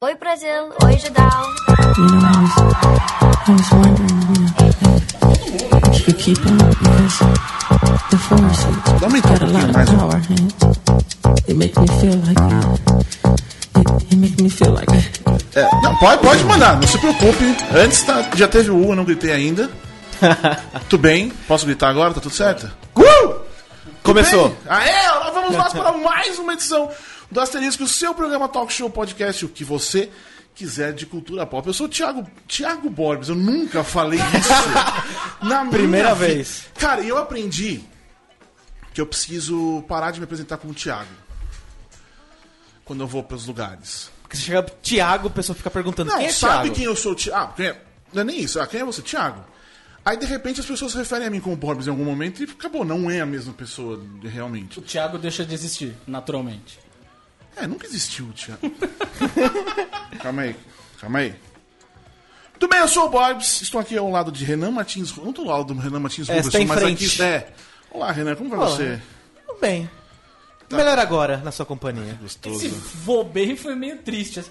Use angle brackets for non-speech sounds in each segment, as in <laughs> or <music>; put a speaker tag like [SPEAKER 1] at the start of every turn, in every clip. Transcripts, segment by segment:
[SPEAKER 1] Oi, Brasil. Oi, Judal.
[SPEAKER 2] You know, I was, I was wondering, you know, if you could keep up because the force
[SPEAKER 3] Dominic,
[SPEAKER 2] got a lot
[SPEAKER 3] you
[SPEAKER 2] of
[SPEAKER 3] might as well.
[SPEAKER 2] power, and it, it make me feel like it, it make me feel like
[SPEAKER 3] É, não, pode, pode mandar, não se preocupe. Antes tá- já teve o U, eu não gritei
[SPEAKER 4] <laughs>
[SPEAKER 3] ainda. tudo bem, posso gritar agora? Tá tudo certo? Uh!
[SPEAKER 4] Começou.
[SPEAKER 3] Bem, aê, lá vamos nós para mais uma edição do Asterisco, o seu programa Talk Show Podcast, o que você quiser de cultura pop. Eu sou o Thiago, Thiago Borges, eu nunca falei
[SPEAKER 4] <laughs>
[SPEAKER 3] isso. na minha
[SPEAKER 4] Primeira
[SPEAKER 3] vida.
[SPEAKER 4] vez.
[SPEAKER 3] Cara, eu aprendi que eu preciso parar de me apresentar como Thiago quando eu vou para os lugares.
[SPEAKER 4] Porque se chegar pro Thiago, a pessoa fica perguntando
[SPEAKER 3] Não,
[SPEAKER 4] quem é
[SPEAKER 3] sabe
[SPEAKER 4] Thiago?
[SPEAKER 3] quem eu sou, Thiago? Ah, quem é- Não é nem isso. Ah, quem é você, Thiago? Aí, de repente, as pessoas se referem a mim como Borbs em algum momento e acabou, não é a mesma pessoa, realmente.
[SPEAKER 5] O Thiago deixa de existir, naturalmente.
[SPEAKER 3] É, nunca existiu o
[SPEAKER 4] <laughs>
[SPEAKER 3] Thiago. calma aí, calma aí. Tudo bem, eu sou o Borbs, estou aqui ao lado de Renan Martins. Não estou ao lado do Renan Martins
[SPEAKER 4] É,
[SPEAKER 3] Rubens,
[SPEAKER 4] você tá em
[SPEAKER 3] mas aqui
[SPEAKER 4] frente.
[SPEAKER 3] é. Olá, Renan, como vai
[SPEAKER 4] Olá.
[SPEAKER 3] você?
[SPEAKER 4] Tudo bem. Melhor agora, na sua companhia.
[SPEAKER 3] Gostoso.
[SPEAKER 4] <laughs>
[SPEAKER 5] Esse vou bem foi meio triste. assim.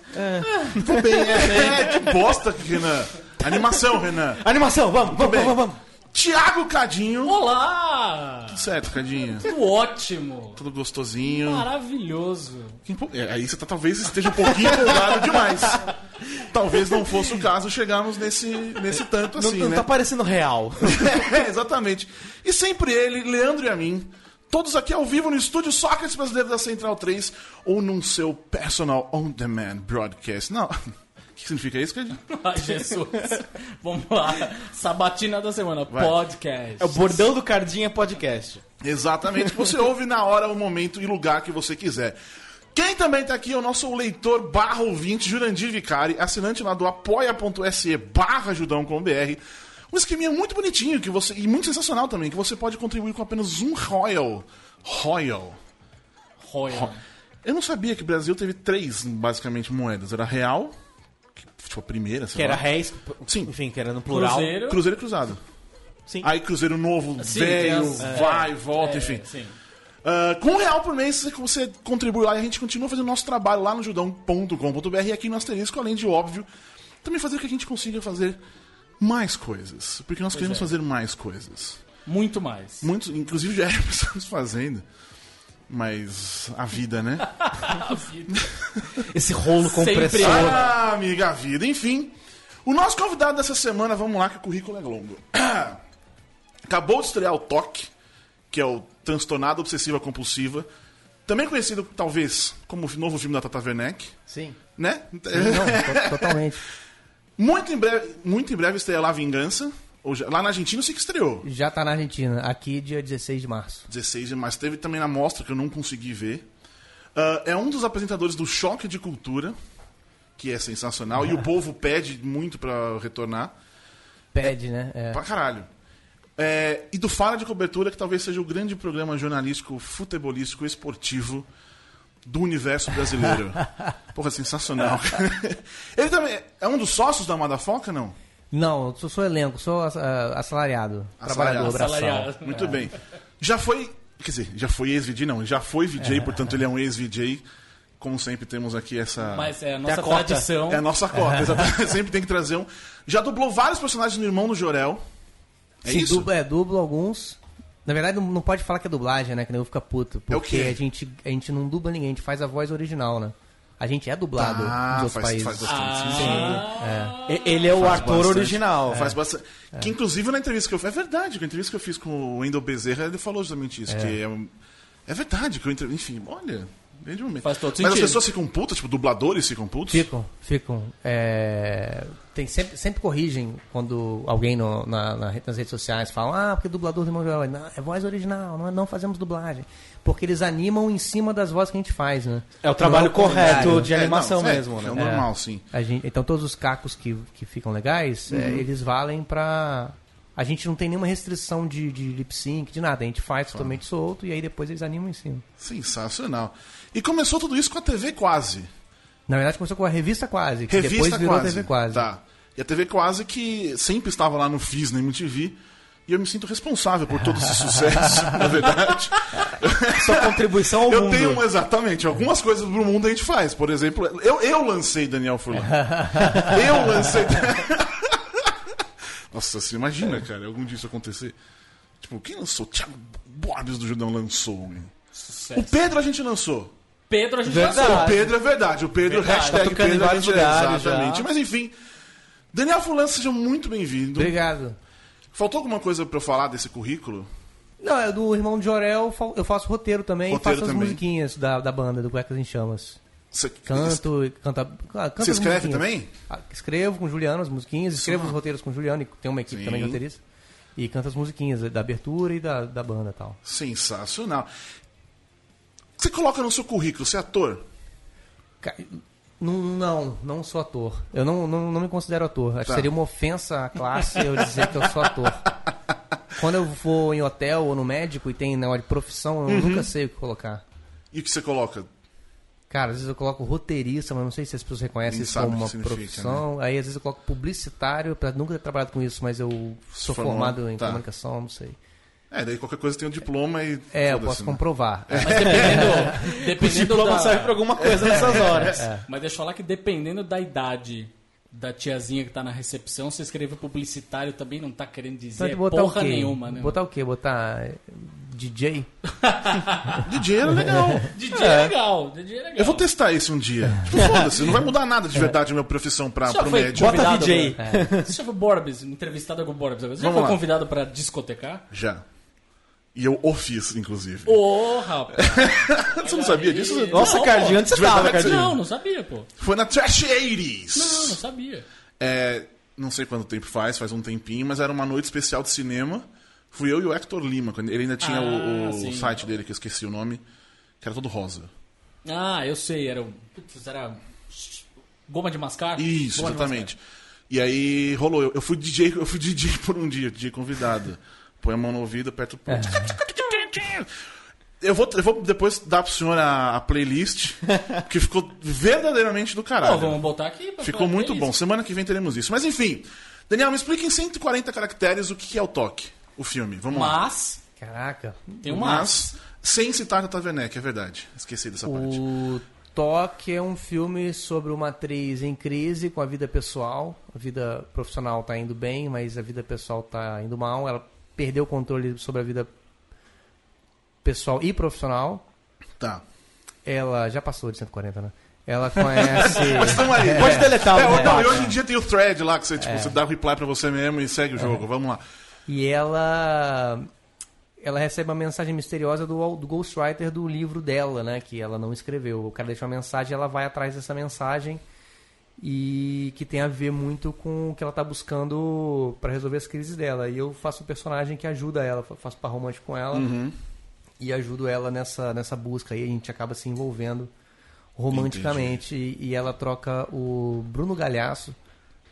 [SPEAKER 3] Tudo bem,
[SPEAKER 4] né?
[SPEAKER 3] é, é, que bosta, Renan. Animação, Renan.
[SPEAKER 4] Animação, vamos, vamos,
[SPEAKER 3] bem.
[SPEAKER 4] vamos, vamos.
[SPEAKER 3] Thiago Cadinho.
[SPEAKER 5] Olá!
[SPEAKER 3] Certo, Cadinho.
[SPEAKER 5] Tudo ótimo!
[SPEAKER 3] Tudo gostosinho.
[SPEAKER 5] Maravilhoso!
[SPEAKER 3] Que empol- é, Aí você tá- talvez esteja um pouquinho empolgado
[SPEAKER 4] <laughs>
[SPEAKER 3] demais. Talvez não fosse o caso chegarmos nesse, nesse tanto
[SPEAKER 4] Não,
[SPEAKER 3] assim,
[SPEAKER 4] não
[SPEAKER 3] né?
[SPEAKER 4] tá parecendo real.
[SPEAKER 3] <laughs> É, exatamente. E sempre ele, Leandro e a mim, todos aqui ao vivo no estúdio Sócrates Brasileiro da Central 3 ou num seu personal on-demand broadcast. Não. <laughs> O que significa isso, Cadinho?
[SPEAKER 4] <laughs>
[SPEAKER 5] Ai, Jesus! Vamos lá! Sabatina da semana,
[SPEAKER 3] Vai.
[SPEAKER 5] podcast.
[SPEAKER 4] É o bordão do Cardinha Podcast.
[SPEAKER 3] Exatamente, que você ouve na hora, o momento e lugar que você quiser. Quem também tá aqui é o nosso leitor barra ouvinte, Jurandir Vicari, assinante lá do apoia.se barra judão com BR. Um esqueminha muito bonitinho que você, e muito sensacional também, que você pode contribuir com apenas um Royal. Royal.
[SPEAKER 5] Royal.
[SPEAKER 3] Eu não sabia que o Brasil teve três, basicamente, moedas. Era real, que, tipo a primeira, sei
[SPEAKER 4] Que era
[SPEAKER 3] lá.
[SPEAKER 4] réis,
[SPEAKER 3] Sim.
[SPEAKER 4] enfim, que era no plural.
[SPEAKER 5] Cruzeiro.
[SPEAKER 3] Cruzeiro e cruzado.
[SPEAKER 4] Sim.
[SPEAKER 3] Aí Cruzeiro Novo,
[SPEAKER 5] Sim,
[SPEAKER 3] velho,
[SPEAKER 5] tem as- é,
[SPEAKER 3] vai, volta,
[SPEAKER 5] é,
[SPEAKER 3] enfim.
[SPEAKER 5] sim.
[SPEAKER 3] Ah, com um real por mês você- você contribui lá e a gente continua fazendo nosso trabalho lá no judão.com.br e aqui no Asterisco, além de óbvio, também fazer com que a gente consiga fazer mais coisas. Porque nós queremos
[SPEAKER 5] é.
[SPEAKER 3] fazer mais coisas.
[SPEAKER 5] Muito mais.
[SPEAKER 3] Muitos, inclusive já <laughs> estamos fazendo. Mas a vida, né?
[SPEAKER 5] A vida.
[SPEAKER 4] Esse rolo
[SPEAKER 5] Sempre
[SPEAKER 4] compressor.
[SPEAKER 3] Ah, amiga vida, enfim. O nosso convidado dessa semana, vamos lá que o currículo é longo. <clears throat> Acabou de estrear o TOC, que é o Transtornado Obsessiva Compulsiva, também conhecido, talvez, como o novo filme da Tata Werneck,
[SPEAKER 6] Sim,
[SPEAKER 3] né?
[SPEAKER 6] não, to- totalmente.
[SPEAKER 3] <laughs> muito, em breve, muito em breve estreia lá Vingança, ou já- lá na Argentina eu sei que estreou.
[SPEAKER 6] Já tá na Argentina, aqui dia 16 de março.
[SPEAKER 3] 16 de março. Teve também na mostra que eu não consegui ver. Ah, é um dos apresentadores do Choque de Cultura, que é sensacional, e o povo pede muito pra retornar.
[SPEAKER 6] Pede, né? É.
[SPEAKER 3] Pra caralho. É, e do Fala de Cobertura, que talvez seja o grande programa jornalístico, futebolístico, esportivo do universo
[SPEAKER 6] <laughs>
[SPEAKER 3] brasileiro. Porra, sensacional. <laughs> Ele também é um dos sócios da Madafoca, não?
[SPEAKER 6] Não, eu sou, sou elenco, sou ass- ah, assalariado,
[SPEAKER 3] Assalariado.
[SPEAKER 6] trabalhador, braçal.
[SPEAKER 5] Assalariado.
[SPEAKER 3] Muito bem. Já foi, quer dizer, já foi ex-VJ, não, já foi VJ, portanto ele é um ex-VJ. Como sempre temos aqui essa...
[SPEAKER 5] Mas é a nossa
[SPEAKER 4] a cota.
[SPEAKER 5] tradição.
[SPEAKER 3] É a nossa
[SPEAKER 5] <laughs>
[SPEAKER 3] cota, exatamente. <laughs> Sempre tem que trazer um... Já dublou vários personagens no Irmão do Jorel. É
[SPEAKER 6] Sim,
[SPEAKER 3] isso?
[SPEAKER 6] dublo, é, dublo alguns. Na verdade, não, não pode falar que é dublagem, né? Que nem eu fica puto.
[SPEAKER 3] É o
[SPEAKER 6] Porque
[SPEAKER 3] quê?
[SPEAKER 6] a, gente, a gente não dubla ninguém, a gente faz a voz original, né? A gente é dublado
[SPEAKER 3] Ah,
[SPEAKER 6] nos outros
[SPEAKER 3] faz-
[SPEAKER 6] países.
[SPEAKER 3] faz bastante.
[SPEAKER 5] Ah,
[SPEAKER 4] E- Ele é o
[SPEAKER 3] Faz
[SPEAKER 4] ator
[SPEAKER 3] bastante.
[SPEAKER 4] original.
[SPEAKER 3] É, Faz bastante. Que inclusive na entrevista que eu fiz. É verdade, que a entrevista que eu fiz com o Wendel Bezerra, ele falou justamente isso. Que é, um- é verdade, que eu entre... Enfim, olha. Desde o momento.
[SPEAKER 5] Faz todo
[SPEAKER 3] Mas as
[SPEAKER 5] sentido.
[SPEAKER 3] pessoas ficam putas, tipo, dubladores ficam putos?
[SPEAKER 6] Ficam, ficam. É, tem sempre, sempre corrigem quando alguém no- na- na re- nas redes sociais fala, ah, porque dublador do irmão Joel. Não, é voz original, não, é- não fazemos dublagem. Porque eles animam em cima das vozes que a gente faz, né?
[SPEAKER 4] É o trabalho
[SPEAKER 6] Não é o contrário.
[SPEAKER 4] correto de
[SPEAKER 3] É, não,
[SPEAKER 4] animação
[SPEAKER 3] é,
[SPEAKER 4] mesmo,
[SPEAKER 3] É o
[SPEAKER 4] né?
[SPEAKER 3] normal, sim.
[SPEAKER 6] A gente- então todos os cacos que, que ficam legais, é,
[SPEAKER 3] Uhum.
[SPEAKER 6] eles valem pra. A gente não tem nenhuma restrição de, de lip sync, de nada. A gente faz totalmente solto e aí depois eles animam em cima.
[SPEAKER 3] Sensacional. E começou tudo isso com a TV quase.
[SPEAKER 6] Na verdade, começou com a revista quase, que
[SPEAKER 3] Revista
[SPEAKER 6] depois virou
[SPEAKER 3] quase.
[SPEAKER 6] TV quase.
[SPEAKER 3] Tá. E a TV quase que sempre estava lá no FIS, na MTV. E eu me sinto responsável por todo esse sucesso, <laughs> na verdade.
[SPEAKER 6] Sua contribuição ao
[SPEAKER 3] Eu
[SPEAKER 6] mundo.
[SPEAKER 3] tenho, exatamente, algumas coisas pro mundo a gente faz. Por exemplo, eu, eu lancei Daniel
[SPEAKER 6] <laughs>
[SPEAKER 3] Furlan. eu lancei. <laughs> Nossa, você imagina, cara, algum dia isso acontecer. Tipo, quem lançou? Thiago Borges do Judão lançou. né? O Pedro a gente lançou.
[SPEAKER 5] Pedro, a gente
[SPEAKER 4] Verdade.
[SPEAKER 5] lançou.
[SPEAKER 3] O Pedro é verdade. O Pedro,
[SPEAKER 5] Verdade.
[SPEAKER 3] hashtag
[SPEAKER 4] Tá tocando em
[SPEAKER 3] Pedro, a
[SPEAKER 4] vários
[SPEAKER 3] gente-
[SPEAKER 4] lugares já.
[SPEAKER 3] Exatamente. Mas enfim, Daniel Furlan, seja muito bem-vindo.
[SPEAKER 6] Obrigado.
[SPEAKER 3] Faltou alguma coisa pra eu falar desse currículo?
[SPEAKER 6] Não, é do irmão de Jorel, fa- eu faço roteiro também e
[SPEAKER 3] Roteiro
[SPEAKER 6] faço
[SPEAKER 3] também.
[SPEAKER 6] as musiquinhas da, da banda, do Cuecas em Chamas.
[SPEAKER 3] Você
[SPEAKER 6] Canto e canta. ah, canto
[SPEAKER 3] Você
[SPEAKER 6] as
[SPEAKER 3] escreve
[SPEAKER 6] musiquinhas.
[SPEAKER 3] também?
[SPEAKER 6] Ah, Escrevo com o Juliano as musiquinhas, escrevo
[SPEAKER 3] Só.
[SPEAKER 6] os roteiros com o Juliano, e tem uma equipe
[SPEAKER 3] Sim.
[SPEAKER 6] também de roteirista. E canta as musiquinhas da abertura e da, da banda e tal.
[SPEAKER 3] Sensacional. Você coloca no seu currículo, você é ator?
[SPEAKER 6] Ca- Não, não, não sou ator. Eu não, não, não me considero ator. Acho
[SPEAKER 3] Tá.
[SPEAKER 6] que seria uma ofensa à classe eu dizer que eu sou ator. Quando eu vou em hotel ou no médico e tem na hora de profissão, eu
[SPEAKER 3] Uhum.
[SPEAKER 6] nunca sei o que colocar.
[SPEAKER 3] E o que você coloca?
[SPEAKER 6] Cara, às vezes eu coloco roteirista, mas não sei se as pessoas reconhecem
[SPEAKER 3] Nem
[SPEAKER 6] isso
[SPEAKER 3] sabe
[SPEAKER 6] como
[SPEAKER 3] o que
[SPEAKER 6] uma
[SPEAKER 3] significa, né?
[SPEAKER 6] profissão. Aí às vezes eu coloco publicitário, pra nunca ter trabalhado com isso, mas eu sou
[SPEAKER 3] Formou?
[SPEAKER 6] formado em
[SPEAKER 3] Tá.
[SPEAKER 6] comunicação, não sei.
[SPEAKER 3] É, daí qualquer coisa tem um diploma e.
[SPEAKER 6] É, eu
[SPEAKER 3] foda-se,
[SPEAKER 6] posso
[SPEAKER 3] né?
[SPEAKER 6] comprovar.
[SPEAKER 4] <laughs>
[SPEAKER 5] Mas dependendo, dependendo
[SPEAKER 4] diploma
[SPEAKER 5] da...
[SPEAKER 4] serve pra alguma coisa nessas horas.
[SPEAKER 6] É.
[SPEAKER 5] Mas deixa eu falar que dependendo da idade da tiazinha que tá na recepção, você escreve publicitário também não tá querendo
[SPEAKER 6] Então,
[SPEAKER 5] dizer
[SPEAKER 6] eu vou botar
[SPEAKER 5] porra
[SPEAKER 6] o quê?
[SPEAKER 5] nenhuma, né?
[SPEAKER 6] Botar o quê? Botar eh, DJ?
[SPEAKER 3] DJ era
[SPEAKER 6] <laughs>
[SPEAKER 3] legal.
[SPEAKER 5] DJ é legal, DJ é legal.
[SPEAKER 3] Eu vou testar isso um dia.
[SPEAKER 6] É.
[SPEAKER 3] Tipo, foda-se, não vai mudar nada de verdade a minha profissão pra,
[SPEAKER 5] Já
[SPEAKER 3] pro
[SPEAKER 5] foi
[SPEAKER 3] médico.
[SPEAKER 4] Bota
[SPEAKER 5] convidado
[SPEAKER 4] DJ.
[SPEAKER 5] pra-
[SPEAKER 6] É.
[SPEAKER 5] Você já foi Borbes, entrevistado com o Borbes agora. Você já
[SPEAKER 3] Vamos
[SPEAKER 5] foi
[SPEAKER 3] lá.
[SPEAKER 5] convidado pra discotecar?
[SPEAKER 3] Já. E eu o fiz, inclusive.
[SPEAKER 5] Ô, <laughs> rapaz.
[SPEAKER 3] Você não sabia disso? Você-
[SPEAKER 4] Nossa,
[SPEAKER 5] Não,
[SPEAKER 4] Cardinho,
[SPEAKER 5] pô.
[SPEAKER 4] onde você
[SPEAKER 3] De verdade,
[SPEAKER 4] tava, Cardinho?
[SPEAKER 5] Não, não sabia, pô.
[SPEAKER 3] Foi na Trash
[SPEAKER 5] Não, não
[SPEAKER 3] 80s.
[SPEAKER 5] sabia.
[SPEAKER 3] É, não sei quanto tempo faz, faz um tempinho, mas era uma noite especial de cinema. Fui eu e o Hector Lima. quando Ele ainda tinha o-
[SPEAKER 5] Ah,
[SPEAKER 3] o
[SPEAKER 5] sim.
[SPEAKER 3] site dele, que eu esqueci o nome, que era todo rosa.
[SPEAKER 5] Ah, eu sei, era. um- Putz, era. Goma de mascar?
[SPEAKER 3] Isso,
[SPEAKER 5] Goma de
[SPEAKER 3] exatamente. E aí rolou. Eu, eu fui DJ, eu fui DJ <laughs> por um dia, DJ convidado. Põe a mão no ouvido, aperta o ponto.
[SPEAKER 5] É.
[SPEAKER 3] Eu vou, eu vou depois dar pro senhor a, a
[SPEAKER 5] <laughs>
[SPEAKER 3] playlist, que ficou verdadeiramente do
[SPEAKER 5] mascar. Pô,
[SPEAKER 3] caralho.
[SPEAKER 5] vamos botar aqui. pra-
[SPEAKER 3] ficou
[SPEAKER 5] pra-
[SPEAKER 3] muito
[SPEAKER 5] pra
[SPEAKER 3] bom.
[SPEAKER 5] isso.
[SPEAKER 3] Semana que vem teremos isso. Mas enfim, Daniel, me explica em 140 caracteres o que que é o toque, o filme. Vamos lá.
[SPEAKER 5] Mas,
[SPEAKER 6] Caraca.
[SPEAKER 5] tem um mas.
[SPEAKER 3] sem citar Tata Werneck, é verdade. Esqueci dessa parte.
[SPEAKER 6] O Toque é um filme sobre uma atriz em crise com a vida pessoal. A vida profissional tá indo bem, mas a vida pessoal tá indo mal. Ela perdeu o controle sobre a vida pessoal e profissional.
[SPEAKER 3] Tá.
[SPEAKER 6] Ela já passou de 140, né? Ela conhece.
[SPEAKER 3] Mas tamo aí.
[SPEAKER 4] Pode deletar.
[SPEAKER 5] Ah,
[SPEAKER 3] É,
[SPEAKER 4] o
[SPEAKER 3] ou não, e
[SPEAKER 4] contato.
[SPEAKER 3] hoje em dia tem o thread lá, que você,
[SPEAKER 5] É.
[SPEAKER 3] tipo, você dá o reply pra você mesmo e segue o jogo. Vamos lá.
[SPEAKER 6] E ela ela recebe uma mensagem misteriosa do, do ghostwriter do livro dela, né? Que ela não escreveu. O cara deixa uma mensagem ela vai atrás dessa mensagem. E que tem a ver muito com o que ela tá buscando pra resolver as crises dela. E eu faço um personagem que ajuda ela, fa- faço par romântico com ela e ajudo ela nessa, nessa busca. E a gente acaba se envolvendo romanticamente. E, e ela troca o Bruno Galhaço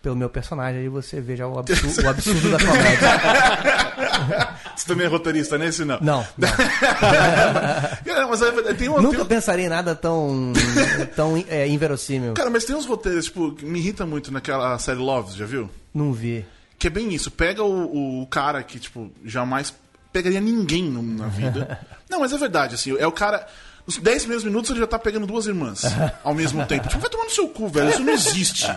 [SPEAKER 6] pelo meu personagem. Aí você veja o absurdo, o absurdo da comédia.
[SPEAKER 3] Você também é roteirista nesse, não?
[SPEAKER 6] <laughs> Não, não.
[SPEAKER 3] Cara, mas é- tem um. tem
[SPEAKER 6] nunca
[SPEAKER 3] um-
[SPEAKER 6] pensarei em nada tão, tão é, inverossímil.
[SPEAKER 3] Cara, mas tem uns roteiros, tipo, que me irrita muito naquela série Loves, já viu?
[SPEAKER 6] Não vi.
[SPEAKER 3] Que é bem isso. Pega o, o cara que, tipo, jamais pegaria ninguém no- na vida.
[SPEAKER 6] <laughs>
[SPEAKER 3] não, mas é verdade, assim, é o cara. Nos 10 primeiros minutos ele já tá pegando duas irmãs ao mesmo
[SPEAKER 6] <laughs>
[SPEAKER 3] tempo. Tipo, vai tomar no seu cu, velho. Isso não existe.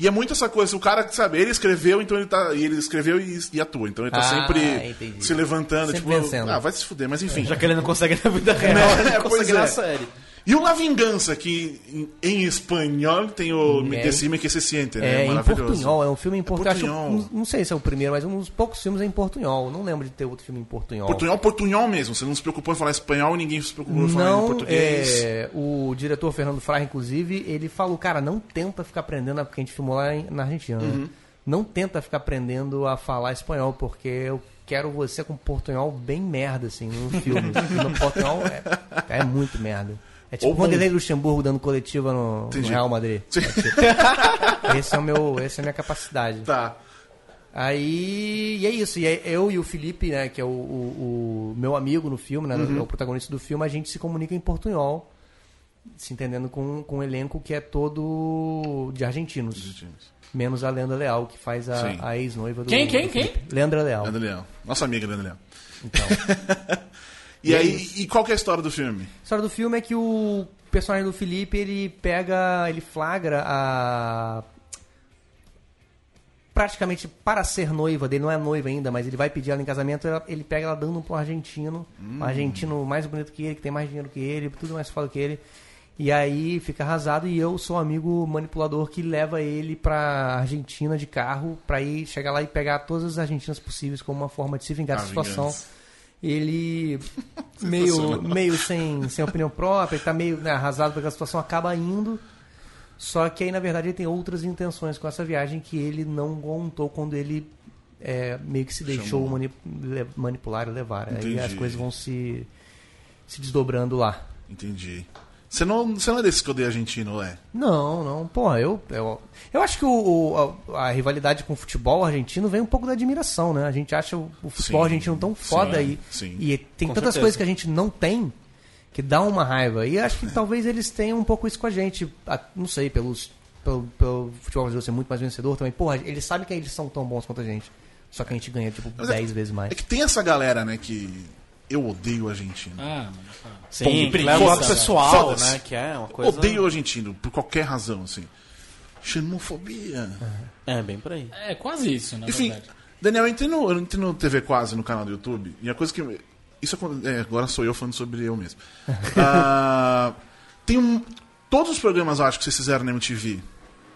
[SPEAKER 3] E é muito essa coisa, o cara, sabe, ele escreveu, então ele tá. E ele escreveu e, e atua. Então ele tá
[SPEAKER 6] Ah,
[SPEAKER 3] sempre
[SPEAKER 6] entendi.
[SPEAKER 3] se levantando,
[SPEAKER 6] Sempre
[SPEAKER 3] tipo,
[SPEAKER 6] vencendo.
[SPEAKER 3] ah, vai se fuder, mas enfim.
[SPEAKER 4] Já que ele não consegue na vida real,
[SPEAKER 3] É,
[SPEAKER 4] ele não
[SPEAKER 3] pois
[SPEAKER 4] consegue
[SPEAKER 3] é.
[SPEAKER 4] na série.
[SPEAKER 3] E o La Vingança, que em, em espanhol tem o Me
[SPEAKER 6] É.
[SPEAKER 3] decime que se siente, né?
[SPEAKER 6] É, em portunhol, é um filme em portunhol. Acho-
[SPEAKER 3] portunhol.
[SPEAKER 6] não- não sei se é o primeiro, mas um dos poucos filmes é em portunhol. Não lembro de ter outro filme em portunhol.
[SPEAKER 3] Portunhol, portunhol mesmo. Você não se preocupou em falar espanhol e ninguém se preocupou em falar em
[SPEAKER 6] Não,
[SPEAKER 3] português.
[SPEAKER 6] é, o diretor Fernando Frari, inclusive, ele falou, cara, não tenta ficar aprendendo, porque a gente filmou lá em- na Argentina,
[SPEAKER 3] Uhum.
[SPEAKER 6] né? não tenta ficar aprendendo a falar espanhol, porque eu quero você com portunhol bem merda, assim, no filme.
[SPEAKER 3] <laughs>
[SPEAKER 6] no portunhol é, é muito merda. É tipo
[SPEAKER 3] Ou
[SPEAKER 6] o
[SPEAKER 3] bom.
[SPEAKER 6] Vanderlei Luxemburgo dando coletiva no, no
[SPEAKER 3] Entendi.
[SPEAKER 6] Real Madrid.
[SPEAKER 3] Sim.
[SPEAKER 6] Esse é o meu, essa é a minha capacidade.
[SPEAKER 3] <laughs> Tá.
[SPEAKER 6] Aí, e é isso. E aí, eu e o Felipe, né, que é o,
[SPEAKER 5] Uhum.
[SPEAKER 6] o- o meu amigo no filme, né, é o protagonista do filme, a gente se comunica em portunhol. se entendendo com, com um elenco que é todo de argentinos.
[SPEAKER 3] Né,
[SPEAKER 6] Menos a Leandra Leal, que faz
[SPEAKER 3] Sim.
[SPEAKER 6] a, a ex-noiva do.
[SPEAKER 5] Quem, quem,
[SPEAKER 6] do
[SPEAKER 5] quem?
[SPEAKER 6] Felipe. Leandra Leal.
[SPEAKER 3] Leandro Leão. Nossa amiga Leandro Leão.
[SPEAKER 6] Então.
[SPEAKER 3] <laughs> E aí, e qual que é a história do filme?
[SPEAKER 6] A história do filme é que o personagem do Felipe, ele pega, ele flagra a praticamente para ser noiva dele, não é noiva ainda, mas ele vai pedir ela em casamento, ela- ele pega ela dando pro argentino, um argentino mais bonito que ele, que tem mais dinheiro que ele, tudo mais foda que ele. E aí fica arrasado e eu sou o amigo manipulador que leva ele pra Argentina de carro pra ir chegar lá e pegar todas as argentinas possíveis como uma forma de se vingar da
[SPEAKER 3] Ah,
[SPEAKER 6] situação.
[SPEAKER 3] vingança.
[SPEAKER 6] Ele meio, meio sem, sem opinião própria, ele tá meio né, arrasado pela situação, acaba indo. Só que aí, na verdade, ele tem outras intenções com essa viagem que ele não contou quando ele é, meio que se deixou mani- le- manipular e levar.
[SPEAKER 3] Entendi.
[SPEAKER 6] Aí as coisas vão se, se desdobrando lá.
[SPEAKER 3] Entendi. Você não, você não é desses que odeia argentino, ou é?
[SPEAKER 6] Não, não. Porra, eu. Eu, eu acho que o, o- a, a rivalidade com o futebol argentino vem um pouco da admiração, né? A gente acha o, o futebol
[SPEAKER 3] Sim,
[SPEAKER 6] argentino tão foda
[SPEAKER 3] sim,
[SPEAKER 6] aí.
[SPEAKER 3] sim.
[SPEAKER 6] E tem
[SPEAKER 4] Com
[SPEAKER 6] tantas
[SPEAKER 4] certeza.
[SPEAKER 6] coisas que a gente não tem que dá uma raiva. E acho que talvez eles tenham um pouco isso com a gente. a- não sei, pelos. Pelo, pelo futebol brasileiro ser muito mais vencedor também. Porra, eles sabem que eles são tão bons quanto a gente. Só que a gente ganha, tipo,
[SPEAKER 3] Mas
[SPEAKER 6] 10 vezes mais.
[SPEAKER 3] É que tem essa galera, né, que eu odeio o argentino.
[SPEAKER 5] Ah, mano, tá.
[SPEAKER 4] Sim,
[SPEAKER 3] Pô,
[SPEAKER 4] leva
[SPEAKER 3] preguiça,
[SPEAKER 4] o lado
[SPEAKER 3] velho.
[SPEAKER 4] pessoal,
[SPEAKER 3] Foda-se.
[SPEAKER 4] né? Que é uma coisa.
[SPEAKER 3] Odeio o argentino, por qualquer razão, assim. Xenofobia.
[SPEAKER 4] É, bem por aí.
[SPEAKER 5] É quase isso, na
[SPEAKER 3] Enfim,
[SPEAKER 5] verdade.
[SPEAKER 3] Daniel, eu entrei, no, eu entrei no TV Quase, no canal do YouTube, e a coisa que... Isso acon- é, agora sou eu falando sobre eu
[SPEAKER 6] <laughs>
[SPEAKER 3] mesmo. Ah, tem um... Todos os programas, eu acho, que vocês fizeram na MTV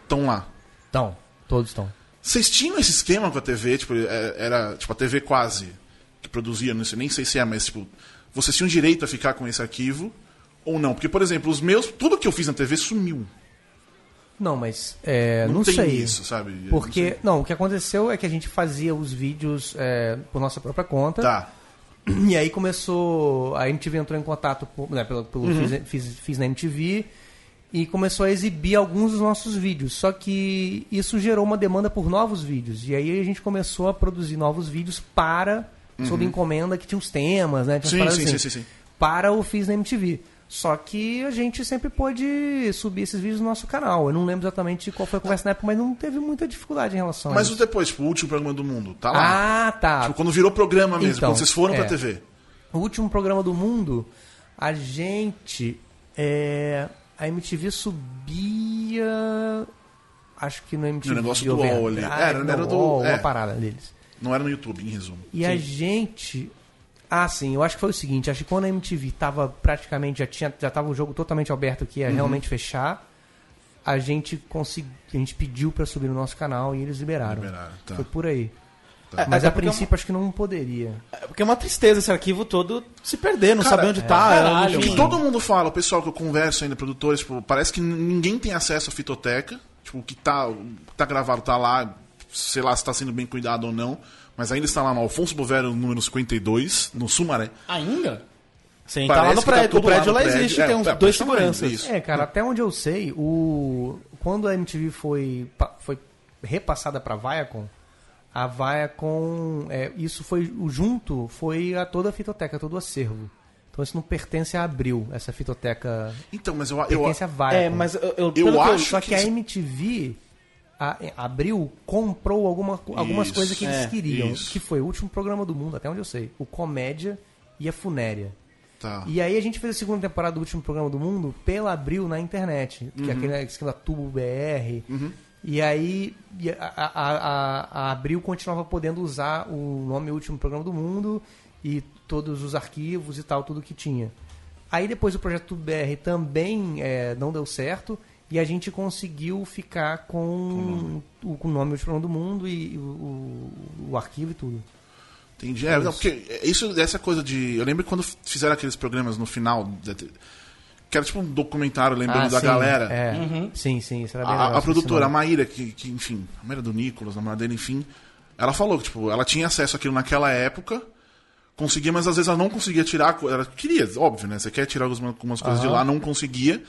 [SPEAKER 3] estão lá.
[SPEAKER 6] Então, todos estão.
[SPEAKER 3] Vocês tinham esse esquema com a TV, tipo, é- era tipo a TV quase que produzia, não sei, nem sei se é, mas tipo, vocês tinham direito a ficar com esse arquivo ou não? Porque, por exemplo, os meus, tudo que eu fiz na TV sumiu.
[SPEAKER 6] Não, mas. é,
[SPEAKER 3] não,
[SPEAKER 6] não,
[SPEAKER 3] tem
[SPEAKER 6] sei.
[SPEAKER 3] isso, sabe? Eu não
[SPEAKER 6] Porque,
[SPEAKER 3] sei.
[SPEAKER 6] não, o que aconteceu é que a gente fazia os vídeos é, por nossa própria conta.
[SPEAKER 3] Tá.
[SPEAKER 6] E aí começou. A MTV entrou em contato por- né, pelo, pelo
[SPEAKER 3] Uhum.
[SPEAKER 6] fiz, Fiz- Fiz na MTV e começou a exibir alguns dos nossos vídeos. Só que isso gerou uma demanda por novos vídeos. E aí a gente começou a produzir novos vídeos para. Sob encomenda que tinha uns temas, né? Tinha
[SPEAKER 3] Uhum. Sim,
[SPEAKER 6] umas paradas
[SPEAKER 3] sim,
[SPEAKER 6] assim
[SPEAKER 3] sim, sim, sim.
[SPEAKER 6] para o Fiz na MTV. Só que a gente sempre pôde subir esses vídeos no nosso canal. Eu não lembro exatamente qual foi a conversa na época, mas não teve muita dificuldade em relação
[SPEAKER 3] Mas
[SPEAKER 6] a
[SPEAKER 3] o
[SPEAKER 6] isso.
[SPEAKER 3] depois, tipo, o último programa do mundo, tá lá.
[SPEAKER 6] Ah, tá.
[SPEAKER 3] Tipo, quando virou programa mesmo,
[SPEAKER 6] Então,
[SPEAKER 3] quando vocês foram pra
[SPEAKER 6] é.
[SPEAKER 3] TV.
[SPEAKER 6] O último programa do mundo, a gente. é, a MTV subia. Acho que no MTV.
[SPEAKER 3] No negócio do
[SPEAKER 6] Overdrive,
[SPEAKER 3] UOL ali. Era,
[SPEAKER 6] Ah, não,
[SPEAKER 3] era do-
[SPEAKER 6] UOL,
[SPEAKER 3] é.
[SPEAKER 6] Uma parada deles.
[SPEAKER 3] Não era no YouTube, em resumo. Então,
[SPEAKER 6] E a gente. Ah, sim, eu acho que foi o seguinte, acho que quando a MTV tava praticamente, já tinha, já tava o jogo totalmente aberto que ia
[SPEAKER 3] Uhum.
[SPEAKER 6] realmente fechar, a gente conseguiu, a gente pediu pra subir no nosso canal e eles liberaram.
[SPEAKER 3] Liberaram, tá.
[SPEAKER 6] Foi por aí.
[SPEAKER 3] Tá.
[SPEAKER 6] Mas
[SPEAKER 4] É, até
[SPEAKER 6] a
[SPEAKER 4] porque é
[SPEAKER 6] princípio acho que não poderia.
[SPEAKER 4] É porque é uma tristeza esse arquivo todo se perder, não
[SPEAKER 3] Cara,
[SPEAKER 4] saber onde tá.
[SPEAKER 5] caralho,
[SPEAKER 4] ela não
[SPEAKER 5] mano.
[SPEAKER 3] Que
[SPEAKER 4] tinha-
[SPEAKER 3] todo mundo fala, o pessoal que eu converso ainda, produtores, tipo, parece que n- ninguém tem acesso à fitoteca. Tipo, o que tá, o que tá gravado tá lá, sei lá se tá sendo bem cuidado ou não. Mas ainda está lá no Alfonso Bovero, número 52, no Sumaré.
[SPEAKER 5] Ainda?
[SPEAKER 4] Sim, tá
[SPEAKER 3] Parece
[SPEAKER 4] lá no
[SPEAKER 3] que tá
[SPEAKER 4] prédio. o
[SPEAKER 3] tudo lá
[SPEAKER 4] prédio tá
[SPEAKER 3] no
[SPEAKER 4] lá,
[SPEAKER 3] prédio.
[SPEAKER 4] existe,
[SPEAKER 3] É,
[SPEAKER 4] tem uns
[SPEAKER 3] é,
[SPEAKER 4] dois
[SPEAKER 3] praticamente,
[SPEAKER 4] seguranças.
[SPEAKER 3] isso.
[SPEAKER 6] É, cara, até onde eu sei, o quando a MTV foi pa- foi repassada pra Viacom, a Viacom, é, isso foi o junto foi a toda a fitoteca, todo o acervo. Então isso não pertence a Abril, essa fitoteca
[SPEAKER 3] Então, mas eu, eu,
[SPEAKER 6] pertence a Viacom.
[SPEAKER 4] É, mas eu, eu, pelo
[SPEAKER 3] eu
[SPEAKER 4] que
[SPEAKER 3] acho
[SPEAKER 6] Só que a MTV a- abriu, comprou alguma, co- algumas
[SPEAKER 3] Isso,
[SPEAKER 6] coisas que eles
[SPEAKER 4] é,
[SPEAKER 6] queriam.
[SPEAKER 3] isso.
[SPEAKER 6] Que foi o último programa do mundo, até onde eu sei. O Comédia e a Funéria.
[SPEAKER 3] Tá.
[SPEAKER 6] E aí a gente fez a segunda temporada do último programa do mundo pela Abril na internet. Que é
[SPEAKER 3] Uhum.
[SPEAKER 6] aquele esquema Tubo BR. E aí e a, a- a- a- a Abril continuava podendo usar o nome Último Programa do Mundo e todos os arquivos e tal, tudo que tinha. Aí depois o projeto Tubo BR também é, não deu certo e a gente conseguiu ficar com, o, com o nome Último Programa do Mundo e o, o- o arquivo e tudo.
[SPEAKER 3] Entendi. É, não, porque isso, essa coisa de. Eu lembro quando f- fizeram aqueles programas no final. da te- Que era tipo um documentário lembrando
[SPEAKER 6] Ah,
[SPEAKER 3] da
[SPEAKER 6] sim,
[SPEAKER 3] galera.
[SPEAKER 6] é. Sim, sim, isso era bem legal, assim, né?
[SPEAKER 3] A, a
[SPEAKER 6] esse
[SPEAKER 3] produtora, a
[SPEAKER 6] nome.
[SPEAKER 3] Maíra, que, que, enfim, a Maíra do Nicolas, a namorada dele, enfim, ela falou que, tipo, ela tinha acesso àquilo naquela época, conseguia, mas às vezes ela não conseguia tirar, co- ela queria, óbvio, né? Você quer tirar algumas, algumas coisas de lá, não conseguia.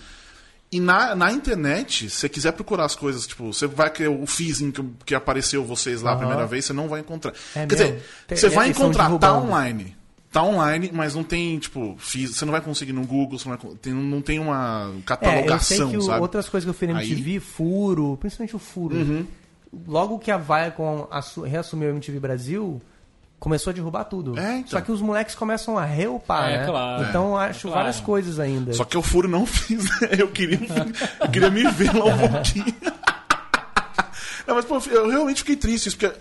[SPEAKER 3] E na, na internet, se você quiser procurar as coisas, tipo, você vai que o Fizzing que, que apareceu vocês lá a primeira vez, você não vai encontrar.
[SPEAKER 6] É
[SPEAKER 3] Quer
[SPEAKER 6] mesmo?
[SPEAKER 3] dizer,
[SPEAKER 6] Tem-
[SPEAKER 3] você vai
[SPEAKER 6] eles estão
[SPEAKER 3] encontrar, tá
[SPEAKER 6] derrubando.
[SPEAKER 3] online. Tá online, mas não tem, tipo, fiz- você não vai conseguir no Google, você não, vai con- tem, não tem uma catalogação,
[SPEAKER 6] eu sei É, que o-
[SPEAKER 3] sabe?
[SPEAKER 6] outras coisas que eu fui na
[SPEAKER 3] Aí- Uhum.
[SPEAKER 6] MTV, furo, principalmente o furo. Logo que a Viacom assu- reassumiu o MTV Brasil, começou a derrubar tudo.
[SPEAKER 3] É, então.
[SPEAKER 6] Só que os moleques começam a reupar,
[SPEAKER 5] É,
[SPEAKER 6] né?
[SPEAKER 5] claro.
[SPEAKER 6] Então acho
[SPEAKER 5] Claro.
[SPEAKER 6] várias coisas ainda.
[SPEAKER 3] Só que eu furo não <laughs> fiz, né? Eu queria, eu queria me ver lá um pouquinho. Não, mas, pô, eu realmente fiquei triste, isso, porque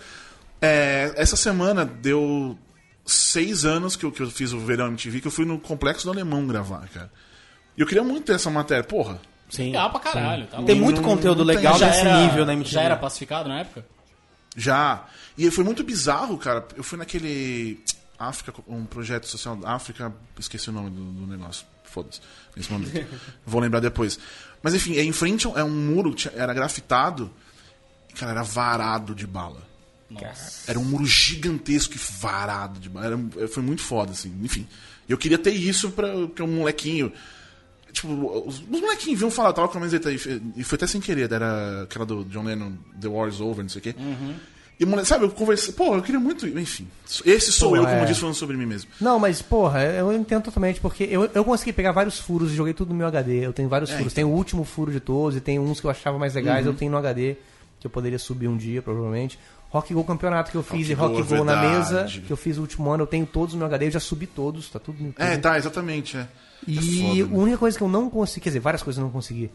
[SPEAKER 3] é, essa semana deu seis anos que eu, que eu fiz o Verão MTV, que eu fui no Complexo do Alemão gravar, cara. E eu queria muito ter essa matéria, porra.
[SPEAKER 4] Sim.
[SPEAKER 5] Legal pra caralho. Tá
[SPEAKER 4] Tem
[SPEAKER 5] bom.
[SPEAKER 4] muito
[SPEAKER 3] Não-
[SPEAKER 4] conteúdo
[SPEAKER 3] não tem-
[SPEAKER 4] legal
[SPEAKER 5] já
[SPEAKER 4] desse
[SPEAKER 5] era,
[SPEAKER 4] nível né, na MTV.
[SPEAKER 5] Já era pacificado na época?
[SPEAKER 3] Já. E foi muito bizarro, cara. Eu fui naquele. África, um projeto social da África. Esqueci o nome do, do negócio. Foda-se. Nesse momento. Vou lembrar depois. Mas enfim, é em frente a um- é um muro que tinha- era grafitado. E, cara, era varado de bala.
[SPEAKER 5] Nossa.
[SPEAKER 3] Era um muro gigantesco e varado de bala. Era- um, foi muito foda, assim. Enfim. E Eu queria ter isso pra, pra um molequinho. Tipo, os, os molequinhos vinham falar, tava com a camiseta e, fe- e foi até sem querer, era aquela do John Lennon, The War is Over, não sei o quê. E o moleque, sabe, eu conversei, pô, eu queria muito, enfim. Esse sou
[SPEAKER 6] Pô,
[SPEAKER 3] eu, como
[SPEAKER 6] é.
[SPEAKER 3] disse, falando sobre mim mesmo.
[SPEAKER 6] Não, mas porra, eu entendo totalmente, porque eu, eu consegui pegar vários furos e joguei tudo no meu HD. Eu tenho
[SPEAKER 3] É,
[SPEAKER 6] vários
[SPEAKER 3] então.
[SPEAKER 6] furos. Tem o último furo de todos e tem uns que eu achava mais legais,
[SPEAKER 3] Uhum.
[SPEAKER 6] eu tenho no HD, que eu poderia subir um dia, provavelmente. Rock Go campeonato que eu fiz
[SPEAKER 3] Rock
[SPEAKER 6] e Rock
[SPEAKER 3] Go,
[SPEAKER 6] Go na mesa,
[SPEAKER 3] verdade.
[SPEAKER 6] que eu fiz o último ano, eu tenho todos no meu HD, eu já subi todos, tá tudo no YouTube.
[SPEAKER 3] É, tá, exatamente, é.
[SPEAKER 6] E
[SPEAKER 3] é
[SPEAKER 6] a
[SPEAKER 3] foda, né?
[SPEAKER 6] única coisa que eu não consegui, quer dizer, várias coisas eu não consegui.